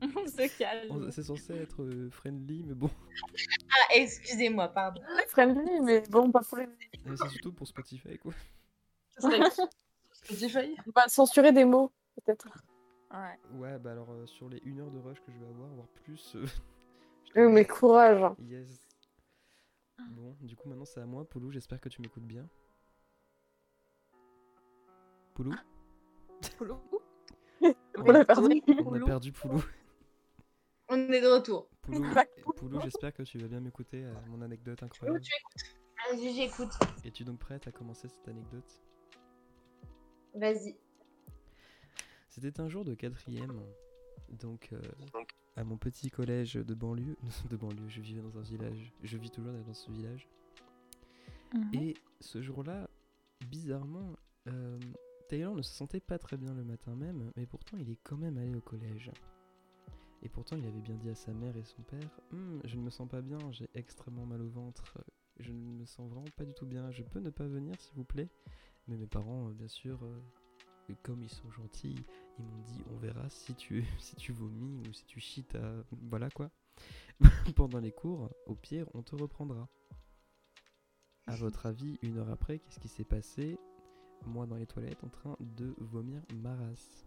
On se
on-
calme.
C'est censé être euh, friendly, mais bon.
Ah, excusez-moi, pardon.
friendly, mais bon, pas pour les.
Mais C'est surtout pour Spotify quoi.
Bah, censurer des mots, peut-être.
Ouais.
Ouais, bah alors euh, sur les 1 heure de rush que je vais avoir, voire plus. euh, je te
Oui, mais
laisse.
courage. hein.
Yes. Bon, du coup, maintenant c'est à moi, Poulou. J'espère que tu m'écoutes bien. Poulou
Polo.
On l'a perdu.
On a perdu Poulou.
On est de retour.
Poulou, Poulou, j'espère que tu vas bien m'écouter à mon anecdote incroyable.
Vas-y, j'écoute.
Es-tu donc prête à commencer cette anecdote
Vas-y.
C'était un jour de quatrième, donc euh, à mon petit collège de banlieue. De banlieue, je vivais dans un village. Je vis toujours dans ce village.
Mhm.
Mmh.
Et ce jour-là, bizarrement, euh, Taylor ne se sentait pas très bien le matin même, mais pourtant il est quand même allé au collège. Et pourtant il avait bien dit à sa mère et son père Hum, Je ne me sens pas bien, j'ai extrêmement mal au ventre, je ne me sens vraiment pas du tout bien, je peux ne pas venir s'il vous plaît. Mais mes parents, euh, bien sûr, euh, comme ils sont gentils, ils m'ont dit On verra si tu, si tu vomis ou si tu chites à. Voilà quoi. Pendant les cours, au pire, on te reprendra. À votre avis, une heure après, qu'est-ce qui s'est passé Moi dans les toilettes en train de vomir ma race.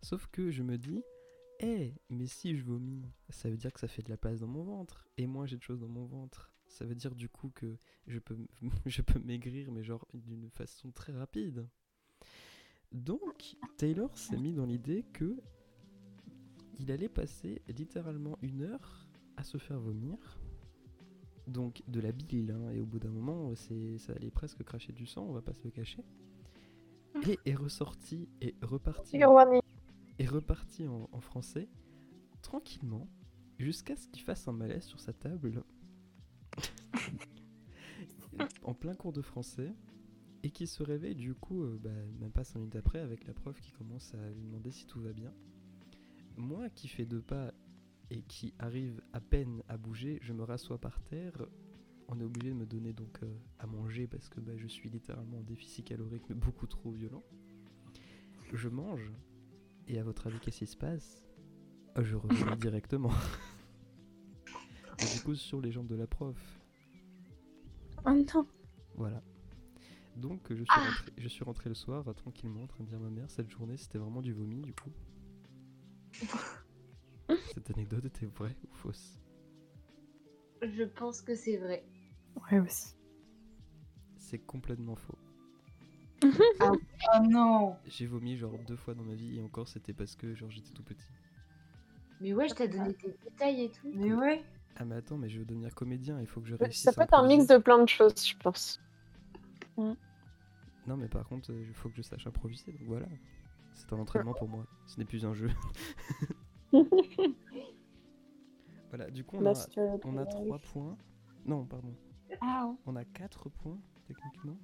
Sauf que je me dis, hé, mais si je vomis, ça veut dire que ça fait de la place dans mon ventre. Et moi j'ai de choses dans mon ventre. Ça veut dire du coup que je peux, m- je peux maigrir, mais genre d'une façon très rapide. Donc, Taylor s'est mis dans l'idée que il allait passer littéralement une heure à se faire vomir. Donc de la bile, hein, et au bout d'un moment, euh, c'est, ça allait presque cracher du sang, on va pas se le cacher. Et est ressorti, et reparti,
Trigger warning.
est reparti en, en français, tranquillement, jusqu'à ce qu'il fasse un malaise sur sa table, en plein cours de français, et qu'il se réveille du coup, euh, bah, même pas cinq minutes après, avec la prof qui commence à lui demander si tout va bien. Moi qui fais deux pas et qui arrive à peine à bouger, je me rassois par terre. On est obligé de me donner donc euh, à manger parce que bah, je suis littéralement en déficit calorique mais beaucoup trop violent. Je mange et à votre avis qu'est-ce qui se passe Euh, Je reviens directement. Et du coup sur les jambes de la prof.
Oh
Ah
non.
Voilà. Donc euh, je
Ah
suis, rentré, je suis rentré le soir euh, tranquillement en train de dire à ma mère cette journée c'était vraiment du vomi du coup. Cette anecdote était vraie ou fausse
Je pense que c'est vrai.
Ouais, aussi.
C'est complètement faux.
Oh non
J'ai vomi genre deux fois dans ma vie et encore c'était parce que genre j'étais tout petit.
Mais ouais, je t'ai donné tes détails et tout.
Mais ouais.
Ah mais attends mais je veux devenir comédien, il faut que je réussisse.
Ça peut
à
être un mix
improviser.
de plein de choses, je pense.
Non mais par contre il faut que je sache improviser donc voilà. C'est un entraînement pour moi, ce n'est plus un jeu. voilà, du coup on
Là,
a,
Bah, si tu veux-
on a trois points. Non pardon,
Ah ouais.
on a quatre points techniquement.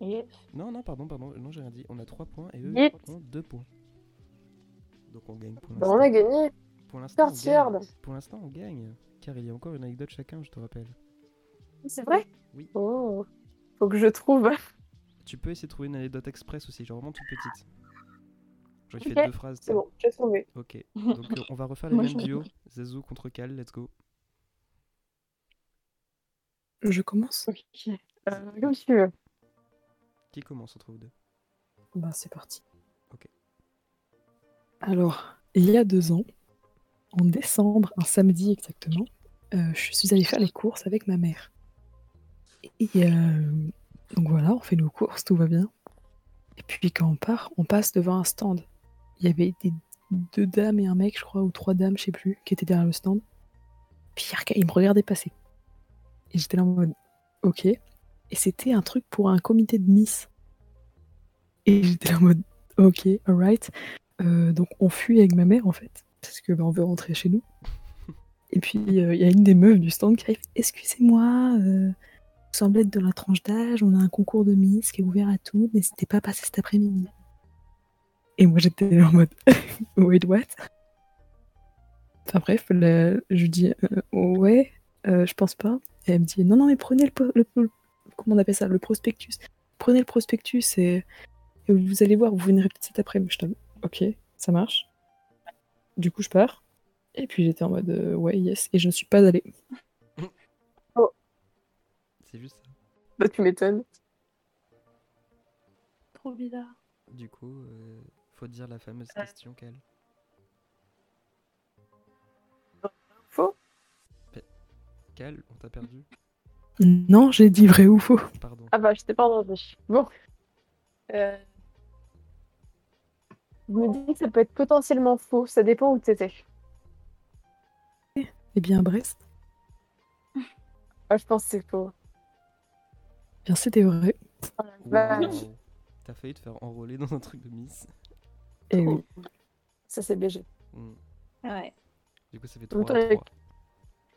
Et
Non non pardon pardon, non j'ai rien dit. On a trois points et eux
Yes.
ont deux points. Donc on gagne pour
Bah, on a
l'instant.
gagné.
Pour l'instant on gagne.
Cartierde.
Pour l'instant on gagne car il y a encore une anecdote chacun je te rappelle.
C'est vrai
Oui.
Oh. Faut que je trouve.
Tu peux essayer de trouver une anecdote express aussi, genre vraiment toute petite. Genre, il
Ok,
fait deux phrases.
C'est bon, j'ai trouvé.
Ok. Donc, euh, on va refaire les
Moi,
mêmes
j'en ai
duos. Zazou contre Cal, let's go.
Je commence
Ok. Euh, comme tu veux.
Qui commence entre vous deux
Ben, c'est parti.
Ok.
Alors, il y a deux ans, en décembre, un samedi exactement, euh, je suis allée faire les courses avec ma mère. Et euh, donc voilà, on fait nos courses, tout va bien. Et puis quand on part, on passe devant un stand. Il y avait des, deux dames et un mec, je crois, ou trois dames, je sais plus, qui étaient derrière le stand. Puis il rega- il me regardait passer. Et j'étais là en mode, ok. Et c'était un truc pour un comité de Miss. Et j'étais là en mode, ok, alright. Euh, donc on fuit avec ma mère en fait, parce que bah, on veut rentrer chez nous. Et puis euh, il y a une des meufs du stand qui arrive, excusez-moi, euh, vous semblez être de la tranche d'âge, on a un concours de Miss qui est ouvert à tout, n'hésitez pas à passer cet après-midi. Et moi j'étais là en mode, wait what Enfin bref, la- je lui dis, Euh, ouais, euh, je pense pas. Et elle me dit, non non mais prenez le, po- le- le- comment on appelle ça, le prospectus. Prenez le prospectus et, et vous allez voir, vous venez peut-être cet après-midi. Je suis là, ok, ça marche. Du coup, je pars. Et puis j'étais en mode euh, ouais, yes. Et je ne suis pas allée.
C'est juste ça.
Bah, tu m'étonnes.
Trop bizarre.
Du coup, euh, faut dire la fameuse question qu'elle.
Faux.
Cal, on t'a perdu
Non, j'ai dit vrai ou faux.
Pardon.
Ah bah, j'étais pas entendu. Bon. Euh... Je me dis que ça peut être potentiellement faux, ça dépend où t'étais.
Eh bien, Brest,
Ah, je pense que c'est faux.
eh bien c'était vrai.
Bah,
Waouh. T'as failli te faire enrôler dans un truc de Miss.
Et oui.
ça c'est BG.
Mm.
Ouais.
Du coup, ça fait
En même
3
temps, avec-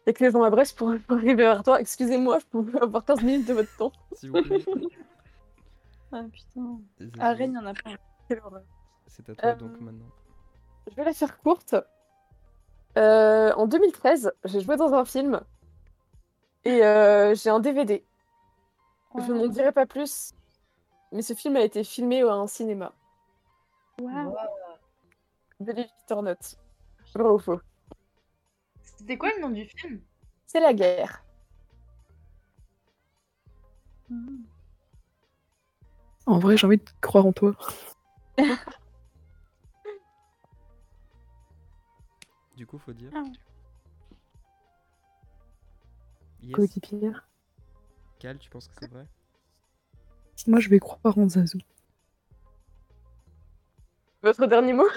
Et que les gens à Brest pour pour arriver vers toi, excusez-moi, je pouvais avoir 15 minutes de votre temps.
S'il vous plaît.
Ah putain.
Zazie,
À Rennes, il y en a pas.
Quelle horreur.
C'est à toi
Euh,
donc maintenant.
Je vais la faire courte. Euh, en 2013, j'ai joué dans un film et euh, j'ai un DVD. Je n'en dirai pas plus, mais ce film a été filmé à un cinéma.
Waouh.
Believe it or not. Vrai ou faux
C'était quoi le nom du film
C'est la guerre.
Mhm.
En vrai, j'ai envie de croire en toi.
Du coup, faut dire.
Ah.
Yes.
Coéquipière.
Cal, tu penses que c'est vrai
Moi, je vais croire en Zazou.
Votre dernier mot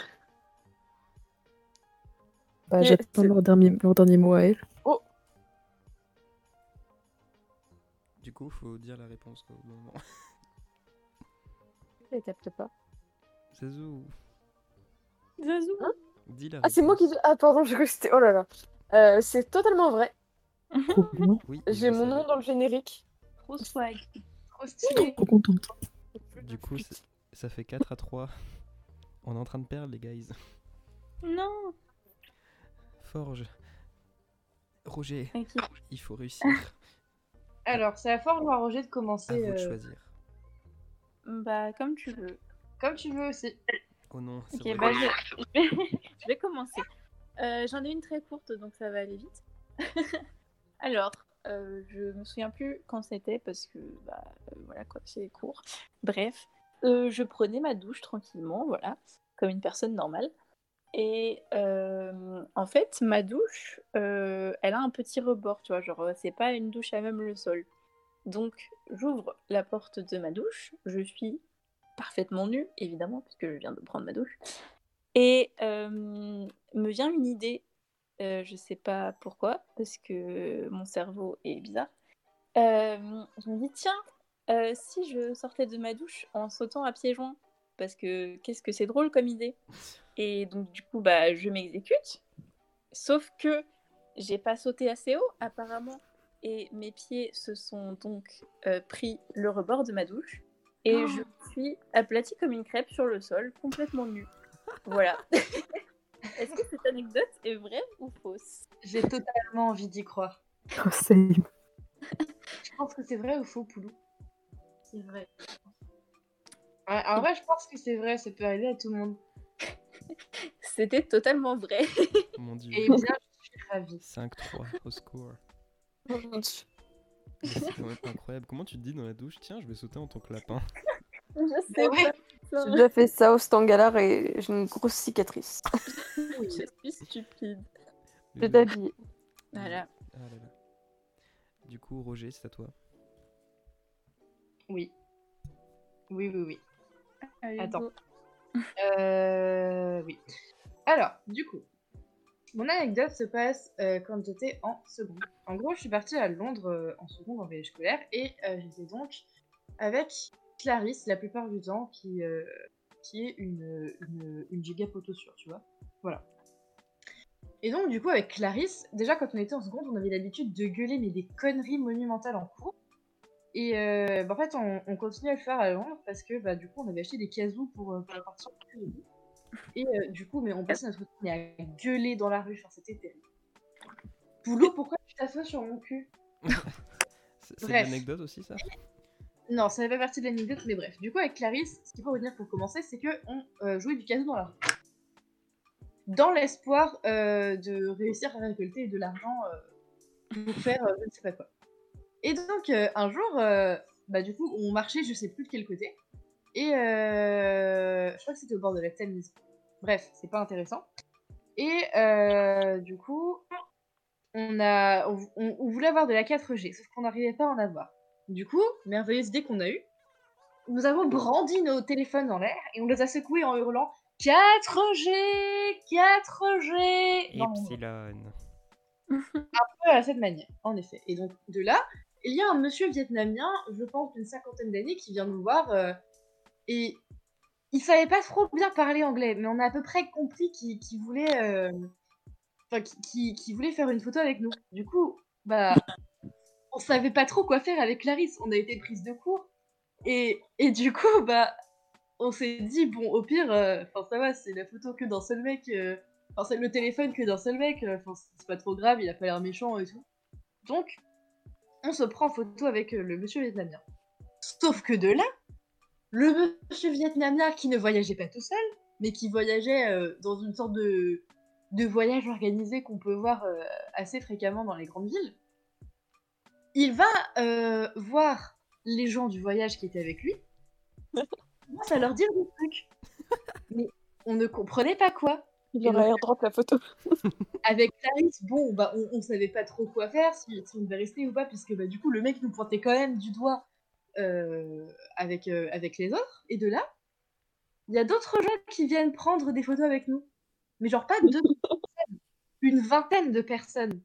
Bah,
Et
j'attends
c'est-
leur dernier, leur dernier mot à elle.
Du coup, faut dire la réponse quoi, au bon moment.
Je les capte pas.
Zazou,
Zazou.
dis la
Ah, c'est moi qui. Ah, pardon, je crois que c'était. Oh là là. Euh, c'est totalement vrai.
Trop bien,
Oui, je
J'ai mon nom
savais.
dans le générique.
Trop swag.
Trop stylé.
trop contente.
Du coup, c'est- ça fait 4 à 3. On est en train de perdre, les guys.
Non.
Forge. Roger,
Tranquille.
il faut réussir.
Alors, c'est à Forge ou à Roger de
à
commencer
vous de
euh,
choisir.
Bah, comme tu veux.
Comme tu veux aussi.
Oh non, c'est
Ok,
vrai.
bah, je, je vais, je vais commencer. Euh, J'en ai une très courte, donc ça va aller vite. Alors, euh, je me souviens plus quand c'était parce que bah, euh, voilà quoi, c'est court. Bref, euh, je prenais ma douche tranquillement, voilà, comme une personne normale. Et euh, en fait, ma douche, euh, elle a un petit rebord, tu vois, genre euh, c'est pas une douche à même le sol. Donc, j'ouvre la porte de ma douche, je suis parfaitement nue, évidemment, puisque je viens de prendre ma douche. Et euh, me vient une idée, euh, je sais pas pourquoi, parce que mon cerveau est bizarre. Euh, je me dis, tiens, euh, si je sortais de ma douche en sautant à pieds joints, parce que qu'est-ce que c'est drôle comme idée. Et donc, du coup, bah, je m'exécute, sauf que j'ai pas sauté assez haut, apparemment. Et mes pieds se sont donc euh, pris le rebord de ma douche. Et je suis aplatie comme une crêpe sur le sol, complètement nue. Voilà. Est-ce que cette anecdote est vraie ou fausse
J'ai totalement envie d'y croire.
Oh, same.
Je pense que c'est vrai ou faux, Poulou C'est vrai. Ouais, en vrai, je pense que c'est vrai, ça peut arriver à tout le monde.
C'était totalement vrai.
Mon dieu.
Et bien, je suis ravie.
5-3, au score. Mais C'est quand même incroyable. Comment tu te dis dans la douche, tiens, je vais sauter en tant que lapin
Je
Bah
sais
ouais.
pas.
J'ai déjà fait ça au Stangalar et j'ai une grosse cicatrice.
Je suis stupide.
Je
Mais oui.
t'habille.
Voilà.
Ah là là. Du coup, Roger, c'est à toi.
Oui. Oui, oui, oui.
Allez,
Attends.
go.
Euh, oui. Alors, du coup, mon anecdote se passe euh, quand j'étais en seconde. En gros, je suis partie à Londres euh, en seconde en voyage scolaire et euh, j'étais donc avec Clarisse la plupart du temps, qui, euh, qui est une, une, une giga poteau sûre, tu vois. Voilà. Et donc, du coup, avec Clarisse, déjà quand on était en seconde, on avait l'habitude de gueuler, mais des conneries monumentales en cours. Et euh, bah, en fait, on, on continue à le faire à Londres parce que bah, du coup, on avait acheté des casous pour, euh, pour la partie en plus de nous. Et euh, du coup, mais on passait notre temps mais à gueuler dans la rue. Enfin, c'était terrible. Boulot, pourquoi tu t'assois sur mon cul
C'est c'est de
Bref.
l'anecdote aussi, ça
Non, ça fait pas partie de l'anecdote, mais bref. Du coup, avec Clarisse, ce qu'il faut retenir pour commencer, c'est que on euh, jouait du casou dans la rue. Dans l'espoir euh, de réussir à récolter de l'argent euh, pour faire euh, je ne sais pas quoi. Et donc, euh, un jour, euh, bah, du coup, on marchait, je sais plus de quel côté. Et euh, je crois que c'était au bord de la Tamise. Bref, c'est pas intéressant. Et euh, du coup, on, a, on, on- on voulait avoir de la 4G, sauf qu'on n'arrivait pas à en avoir. Du coup, merveilleuse idée qu'on a eue, nous avons brandi nos téléphones dans l'air et on les a secoués en hurlant 4G 4G Non, un
Epsilon.
peu à cette manière, en effet. Et donc, de là, il y a un monsieur vietnamien, je pense d'une cinquantaine d'années, qui vient nous voir euh, et il savait pas trop bien parler anglais, mais on a à peu près compris qu'il qu'il voulait, euh, enfin, qu'il- qu'il- qu'il voulait faire une photo avec nous. Du coup, bah, on savait pas trop quoi faire avec Clarisse. On a été prise de court et, et du coup, bah, on s'est dit bon, au pire, euh, enfin ça va, c'est la photo que d'un seul mec, euh, enfin c'est le téléphone que d'un seul mec, euh, enfin c'est pas trop grave, il a pas l'air méchant et tout. Donc, on se prend en photo avec euh, le monsieur vietnamien. Sauf que de là, le monsieur vietnamien qui ne voyageait pas tout seul, mais qui voyageait euh, dans une sorte de, de voyage organisé qu'on peut voir euh, assez fréquemment dans les grandes villes, il va euh, voir les gens du voyage qui étaient avec lui, il commence à leur dire des trucs. Mais on ne comprenait pas quoi
Il
Et
leur a
donc-
airdrop la photo.
avec Clarisse, bon, bah, on, on savait pas trop quoi faire, si, si on devait rester ou pas, puisque bah, du coup, le mec nous pointait quand même du doigt euh, avec, euh, avec les autres. Et de là, il y a d'autres gens qui viennent prendre des photos avec nous. Mais genre pas deux personnes, une vingtaine de personnes.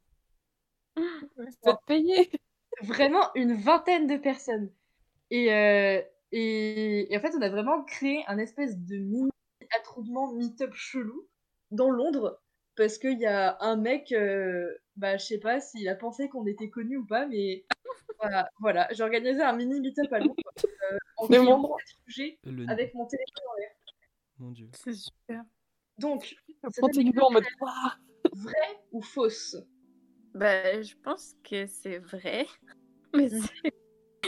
Vous êtes payé.
Vraiment une vingtaine de personnes. Et, euh, et, et en fait, on a vraiment créé un espèce de mini attroupement meet-up chelou dans Londres parce qu'il y a un mec, euh, bah, je sais pas s'il a pensé qu'on était connu ou pas, mais voilà, voilà. j'ai organisé un mini meet-up à Londres euh, en
Mais
criant
mon-
quatre sujets
Le
avec mon téléphone.
Mon dieu.
C'est super.
Donc,
Prends tes gants en mode. Ouah.
vraie ou fausse
Bah, je pense que c'est vrai, mais c'est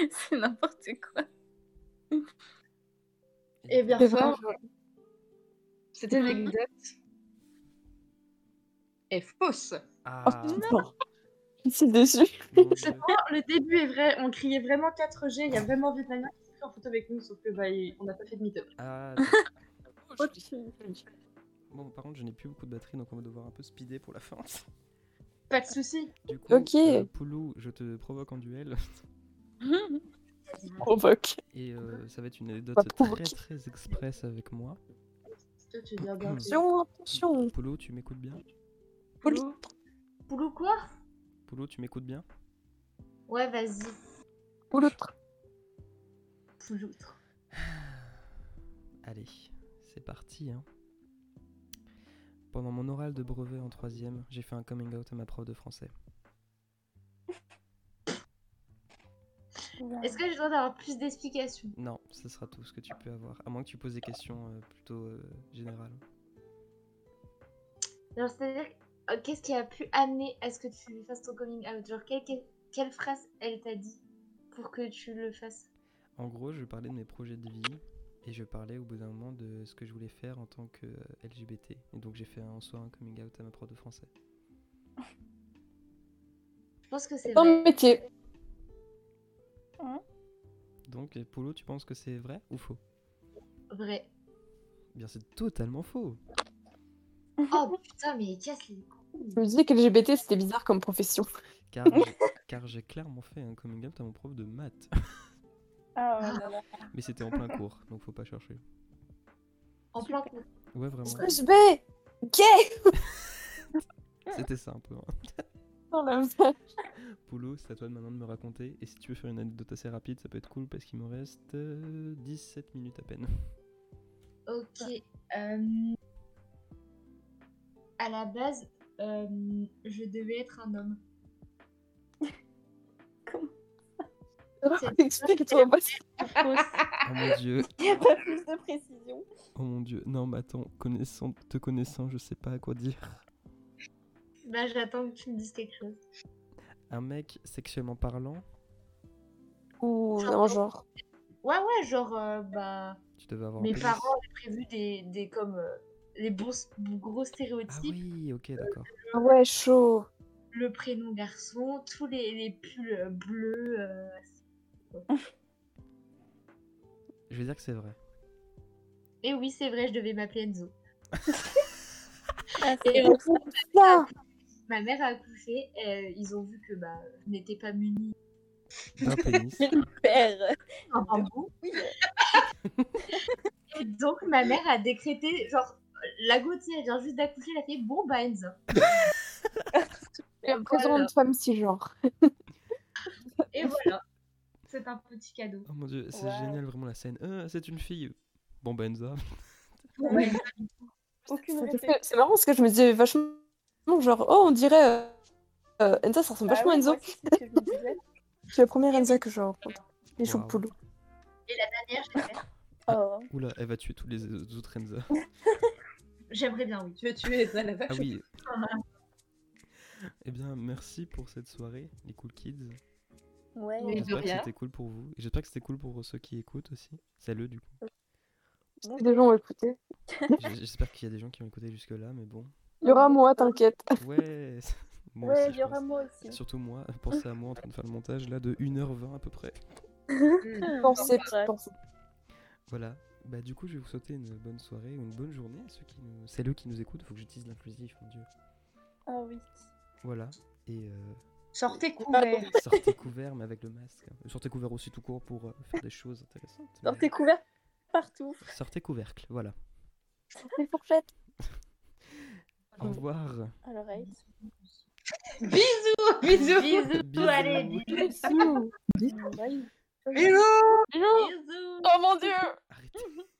c'est n'importe quoi.
Eh bien,
C'est vrai.
fort, c'était l'anecdote. Et fausse.
Oh,
Ah,
non. Je suis déçue.
mon dieu.
Le début est vrai, on criait vraiment 4G, il y a vraiment Vietnamien qui s'est pris en photo avec nous, sauf que bah, il- on n'a pas fait de meet-up.
Ah, bon, par contre, je n'ai plus beaucoup de batterie, donc on va devoir un peu speeder pour la fin.
Pas de soucis.
Du coup,
Ok.
euh, Poulou, je te provoque en duel.
Provoque.
Et euh, ça va être une anecdote
Pas provoquer.
très très express avec moi.
Toi, tu viens bien.
Attention, attention.
Poulou, tu m'écoutes bien
Poulou.
Poulou quoi
Poulou, tu m'écoutes bien
Ouais, vas-y.
Pouloutre.
Pouloutre.
Allez, c'est parti. Hein. Pendant mon oral de brevet en troisième, j'ai fait un coming out à ma prof de français.
Est-ce que j'ai le droit d'avoir plus d'explications
Non, ce sera tout ce que tu peux avoir, à moins que tu poses des questions euh, plutôt euh, générales.
Genre, c'est-à-dire, euh, qu'est-ce qui a pu amener à ce que tu fasses ton coming out Genre, quelle, quelle- quelle phrase elle t'a dit pour que tu le fasses
En gros, je parlais de mes projets de vie et je parlais au bout d'un moment de ce que je voulais faire en tant que euh, LGBT. Et donc j'ai fait un- en soi un coming out à ma prof de français.
Je pense que c'est
Dans
vrai.
le métier.
Donc, euh, Polo, tu penses que c'est vrai ou faux
vrai.
Eh Bien, c'est totalement faux.
Oh putain, mais il casse les couilles.
Je me disais qu'LGBT, c'était bizarre comme profession.
Car j'ai- car j'ai clairement fait un coming out à mon prof de maths.
Ah, ouais, là, là.
Mais c'était en plein cours, donc faut pas chercher.
En plein coup.
Ouais, vraiment.
Je vais gay
C'était ça un peu. hein.
dans la
Polo, c'est à toi de maintenant de me raconter. Et si tu veux faire une anecdote assez rapide, ça peut être cool parce qu'il me reste euh, 17 minutes à peine.
Ok. euh, À la base, euh, je devais être un homme.
Explique-toi.
Oh mon dieu,
Il n'y a pas plus de précision.
oh mon dieu. Non, mais attends, connaissant, te connaissant, je sais pas à quoi dire.
Bah, j'attends que tu me dises quelque chose.
Un mec sexuellement parlant,
Ou non, genre.
Ouais, ouais, genre, euh, bah,
tu devais avoir. un
mes
pénis.
parents avaient prévu des, des comme, euh, les bons, gros
Ah
stéréotypes,
oui, ok, d'accord.
Ah Ouais, chaud.
le prénom garçon, tous les, les pulls euh, bleus. euh,
Je vais dire que c'est vrai.
Et Eh oui, c'est vrai, je devais m'appeler Enzo.
Ah,
Et
c'est-
euh,
Là
ma mère a accouché, euh, ils ont vu que bah, je n'étais pas munie
Un pénis.
Père.
d'un bambou. Et donc, ma mère a décrété, genre, la Gauthier, elle vient juste d'accoucher, elle a fait bon, bah Enzo.
Et Présente une femme si genre.
Et voilà, c'est un petit cadeau.
Oh mon dieu, c'est
Waouh.
génial vraiment la scène. Euh, c'est une fille. Bon bah, Benza.
Aucune
C'est-
réflexion.
C'est marrant parce que je me disais vachement genre, oh, on dirait. euh, euh, Enza, ça ressemble
Bah
vachement à
oui,
Enzo.
moi aussi, c'est ce que je me disais.
C'est la première Enza que j'ai rencontrée. Les choux
Waouh.
poulous.
Dernière, je vais faire.
Oh.
Oula, elle va tuer tous les autres Enza.
J'aimerais bien, oui.
Tu veux tuer les élèves
Ah oui. eh bien, merci pour cette soirée, les cool kids.
Ouais.
Mais de
J'espère que
rien.
c'était cool pour vous. Et J'espère que c'était cool pour ceux qui écoutent aussi. Salut du coup.
Les gens vont écouter.
J- J'espère qu'il y a des gens qui ont écouté jusque-là, mais bon.
Il y aura moi, t'inquiète.
Ouais. moi
Ouais,
aussi,
il
je
y aura
pense.
moi aussi.
Surtout moi, pensez à moi en train de faire le montage là de 1h20 à peu près.
Pensez,
Ouais.
petite pensée.
Voilà. Bah du coup, je vais vous souhaiter une bonne soirée ou une bonne journée à ceux qui nous... Salut qui nous écoutent, faut que j'utilise l'inclusif, mon dieu.
Ah oui.
Voilà. Et euh,
Sortez couvert.
sortez couvert, mais avec le masque. Sortez couvert aussi tout court pour euh, faire des choses intéressantes. mais-
Alors, t'es couvert partout.
Sortez couvercle, voilà.
Les fourchettes.
Au revoir.
Alors, right.
Bisous. Bisous.
Bisous.
allez,
Bisous.
Bisous. Bisous.
Oh mon dieu
Arrêtez.